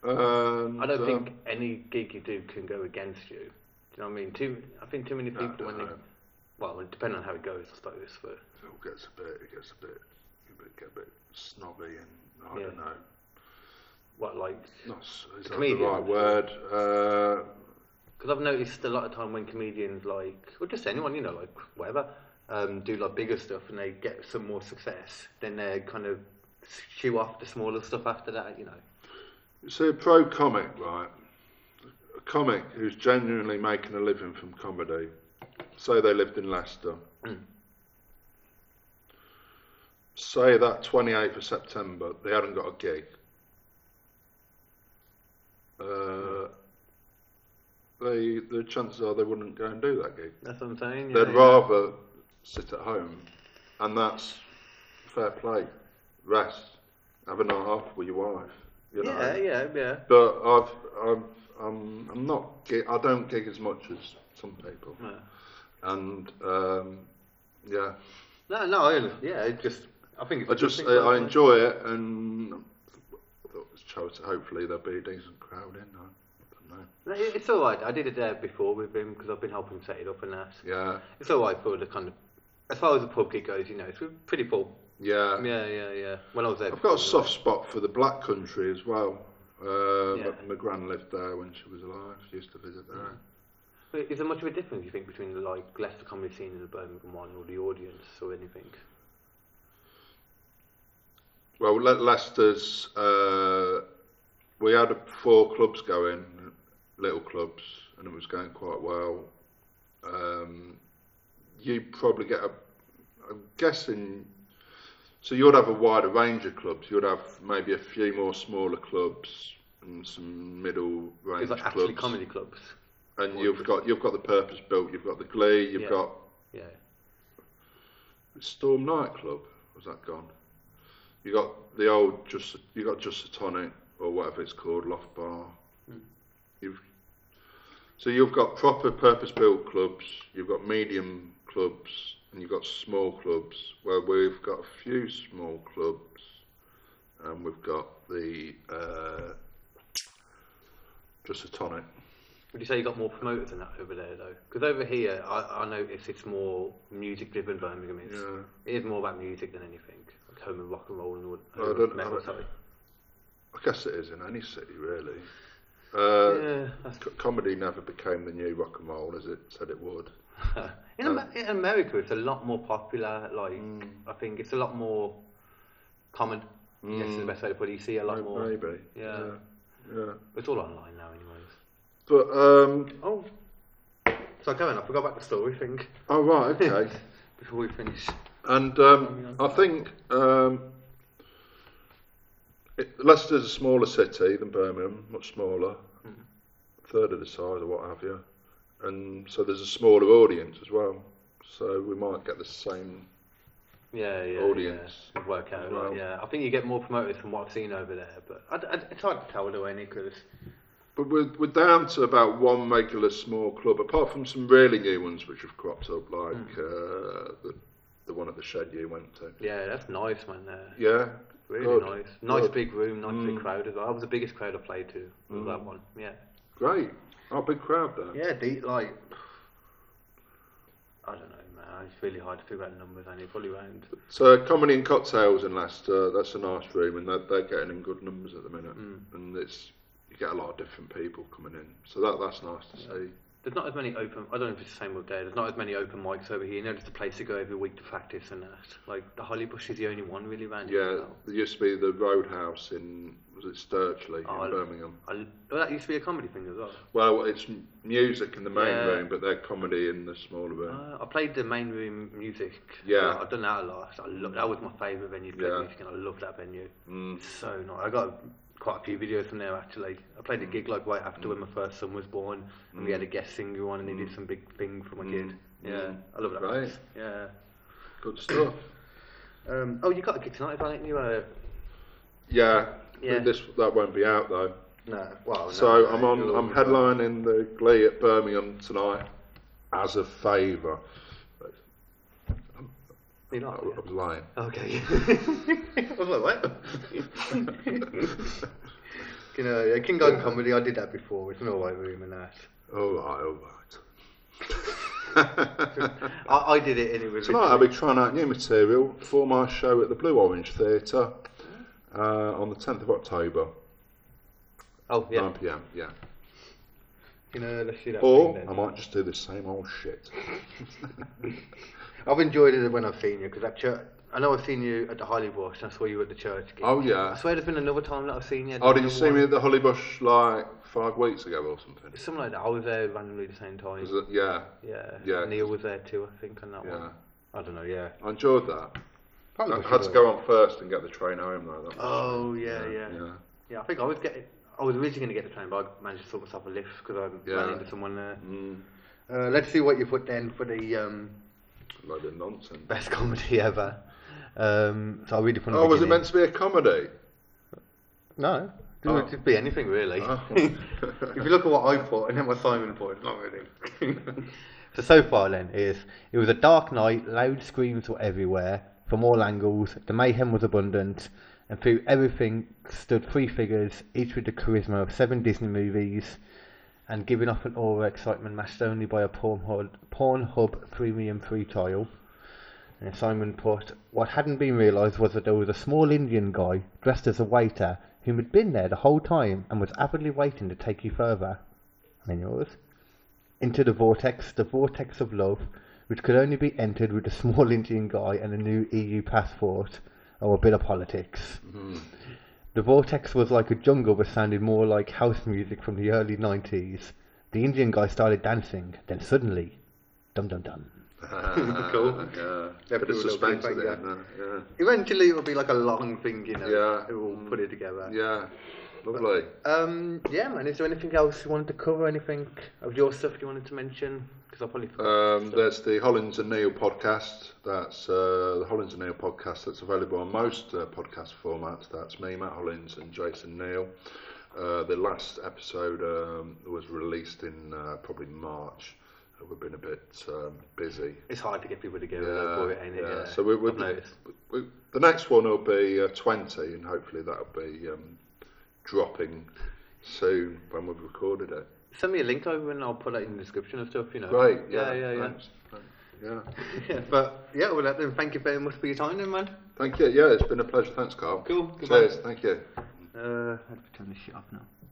B: Um,
A: I don't
B: so-
A: think any gig you do can go against you. Do you know what I mean? Too, I think too many people
B: don't
A: when they,
B: know.
A: well, it depends on how it goes, I suppose. But
B: it all gets a bit, it gets a bit, a bit, get a bit snobby, and I
A: Yeah.
B: don't know.
A: what like,
B: Not s- is that the
A: comedian.
B: right word? Uh,
A: because I've noticed a lot of time when comedians like, or just anyone, you know, like whatever, um, do like bigger stuff and they get some more success, then they kind of shoo off the smaller stuff after that, you know.
B: So a pro comic, right? A comic who's genuinely making a living from comedy. Say they lived in Leicester. Say that 28th of September, they hadn't got a gig. Uh, they, the chances are they wouldn't go and do that gig.
A: That's what I'm saying.
B: They'd
A: yeah.
B: rather sit at home, and that's fair play. Rest, have a night off with your wife. You know?
A: yeah, yeah, yeah.
B: But I've, I've I'm, I'm not gig, I don't gig as much as some people,
A: No.
B: and um, yeah,
A: No, no, I, yeah, it just, I think it's
B: I
A: a good
B: just
A: thing
B: I,
A: for
B: I
A: us,
B: enjoy it, and I thought it was charity. Hopefully there'll be a decent crowd in. I don't know.
A: No, it- It's all right. I did it there before with him because I've been helping set it up and that.
B: Yeah,
A: It's all right for the kind of, as far as the pub gig goes, you know, it's pretty full.
B: yeah.
A: Yeah, yeah, yeah. When I was there,
B: I've got a
A: before,
B: soft spot for the Black Country as well. Uh,
A: Yeah.
B: my, my gran lived there when she was alive. She used to visit there.
A: like- Is there much of a difference, you think, between the like Leicester comedy scene and the Birmingham one, or the audience, or anything?
B: Well, Le- Leicester's, uh, we had four clubs going, little clubs, and it was going quite well. Um, you probably get a, I'm guessing, so you'd have a wider range of clubs. You'd have maybe a few more smaller clubs and some middle range
A: It's like
B: clubs.
A: actually comedy clubs.
B: and you've got you've got the purpose built. You've got the Glee. You've
A: Yeah.
B: got
A: Yeah.
B: Storm nightclub was that gone? You got the old just you got just a tonic or whatever it's called loft bar. You've so you've got proper purpose built clubs. You've got medium clubs and you've got small clubs. Where we've got a few small clubs and we've got the uh, just a tonic.
A: Would you say you got more promoters than that over there though? Because over here, I, I notice it's more music-driven. Birmingham is.
B: Yeah.
A: It is more about music than anything. Like home and rock and roll and all.
B: I
A: home
B: don't-
A: and
B: I
A: metal,
B: don't-
A: sorry.
B: I guess it is in any city really. Uh,
A: Yeah, that's
B: C- comedy never became the new rock and roll as it said it would.
A: In, Amer- in America, it's a lot more popular. Like,
B: Mm.
A: I think it's a lot more common.
B: Mm.
A: I guess is the best way to put it. You see a lot more.
B: Maybe.
A: Yeah.
B: Yeah. yeah.
A: It's all online now, anyways.
B: But um,
A: Oh, so going, I forgot about the story thing
B: oh right, okay.
A: before we finish.
B: and um, I think um, it, Leicester's a smaller city than Birmingham, much smaller,
A: Mm-hmm.
B: a third of the size or what have you, and so there's a smaller audience as well. So we might get the same.
A: Yeah, yeah.
B: Audience
A: Yeah.
B: Oh,
A: It'd Work out.
B: well.
A: Like, yeah, I think you get more promoters from what I've seen over there, but I d I it's hard to tell though, any because
B: But we're, we're down to about one regular small club, apart from some really new ones which have cropped up, like
A: Hmm.
B: uh, the, the one at the shed you went to.
A: yeah, that's nice, man. There.
B: Yeah.
A: Really
B: Good.
A: nice. Nice
B: Good. Mm.
A: big room, nice big crowd as well. That was the biggest crowd I played to was that one. Yeah.
B: Great. Oh, big crowd there.
A: Yeah, the, like I don't know, man. It's really hard to figure out the numbers. I need probably around.
B: So comedy and cocktails in Leicester, that's a nice room, and they're, they're getting in good numbers
A: Hmm.
B: at the minute. And it's you get a lot of different people coming in, so that that's nice to see.
A: There's not as many open. I don't know if it's the same all day. There's not as many open mics over here. You know, there's a place to go every week to practice and that. Like the Holly Bush is the only one really around here
B: Yeah,
A: now.
B: there used to be the Roadhouse in was it Sturchley
A: Oh, I-
B: in Birmingham.
A: I, well, that used to be a comedy thing as well.
B: Well, it's m- music in the main
A: Yeah.
B: room, but they're comedy in the smaller room.
A: Uh, I played the main room music.
B: Yeah.
A: I've done that a lot. I lo- that was my favourite venue to play
B: Yeah. Mm.
A: music, and I love that venue. It's so nice. I got quite a few videos from there actually. I played
B: Mm.
A: a gig like right after when my first son was born, and we had a guest singer on, and he did some big thing for my kid. Yeah, I love that.
B: Mm. Right.
A: place. Yeah.
B: Good stuff.
A: Um, oh, you got a gig tonight, haven't you? Uh,
B: yeah,
A: Yeah.
B: This that won't be out though.
A: no. Well, no,
B: So
A: no,
B: I'm on.
A: you're-
B: I'm headlining the Glee at Birmingham tonight as a favour.
A: You're
B: I, I
A: not.
B: was lying.
A: Okay. I was like, what? you know, yeah, King Kong comedy. I did that before. It's an alright room and that.
B: All right, all right.
A: I, I did it and it was.
B: Tonight I'll be trying out new material for my show at the Blue Orange Theatre uh, on the 10th of October,
A: oh yeah,
B: 9 pm. Yeah.
A: you know, let's do that.
B: Or
A: thing
B: I
A: then.
B: might just do the same old shit.
A: I've enjoyed it when I've seen you because that church. I know I've seen you at the Holly Bush and I saw you at the church. Gig.
B: Oh
A: I
B: yeah.
A: swear there's been another time that I've seen you.
B: Oh, did you
A: Another
B: see
A: one.
B: me at the Holly Bush like five weeks ago or something?
A: Something like that. I was there randomly at the same time.
B: Was it- Yeah,
A: Yeah.
B: Yeah.
A: Neil was there too, I think, on that
B: yeah.
A: one. I don't know. Yeah.
B: I enjoyed that. I
A: Probably
B: had to go on first and get the train home though. That was-
A: Oh yeah, yeah.
B: yeah.
A: Yeah, I think I was getting. I was originally going to get the train, but I managed to sort myself a lift because I
B: Yeah. Mm.
A: ran into someone there. Uh, let's see what you put then for the um,
B: Load of nonsense.
A: best comedy ever. Um, so I really put.
B: Oh, was it meant to be a comedy?
A: No, it
B: Oh.
A: could be anything really.
B: Oh.
A: if you look at what I put and then what Simon put, it's not really. so so far then is it was a dark night. Loud screams were everywhere from all angles. The mayhem was abundant, and through everything stood three figures, each with the charisma of seven Disney movies. And giving off an aura of excitement matched only by a Pornhub, Pornhub premium free trial. And Simon put, What hadn't been realised was that there was a small Indian guy dressed as a waiter who had been there the whole time and was avidly waiting to take you further. And yours? Into the vortex, the vortex of love, which could only be entered with a small Indian guy and a new EU passport or a bit of politics. The vortex was like a jungle but sounded more like house music from the early 90s. The Indian guy started dancing, then suddenly, dum dum dum.
B: cool. Yeah. Bit of
A: people will
B: suspense
A: click
B: at
A: back,
B: the end there,
A: Eventually, it'll be like a long thing, you know.
B: Yeah. Mm.
A: We'll put it together.
B: Yeah. Yeah. Lovely.
A: Um, yeah, man. Is there anything else you wanted to cover? Anything of your stuff you wanted to mention? Because I probably forgot.
B: Um, there's the Hollins and Neil podcast. That's uh, the Hollins and Neil podcast. That's available on most uh, podcast formats. That's me, Matt Hollins, and Jason Neil. Uh, the last episode um, was released in uh, probably March. Uh, We've been a bit um, busy.
A: it's hard to get people together.
B: Yeah,
A: though, for it, ain't it?
B: yeah.
A: Yeah.
B: So we- we-
A: I've noticed.
B: We, the next one will be uh, 20, and hopefully that'll be um, dropping soon when we've recorded it.
A: Send me a link over and I'll put it in the description and stuff. You know.
B: Great.
A: Yeah,
B: Yeah.
A: yeah, yeah.
B: thanks. Thanks. Yeah.
A: yeah but yeah, well, then thank you very much for your time, then, man.
B: Thank you. Yeah, it's been a pleasure. Thanks, Carl.
A: Cool. Goodbye.
B: Cheers. Thank you.
E: Äh,
A: Uh, I have to turn this shit off now.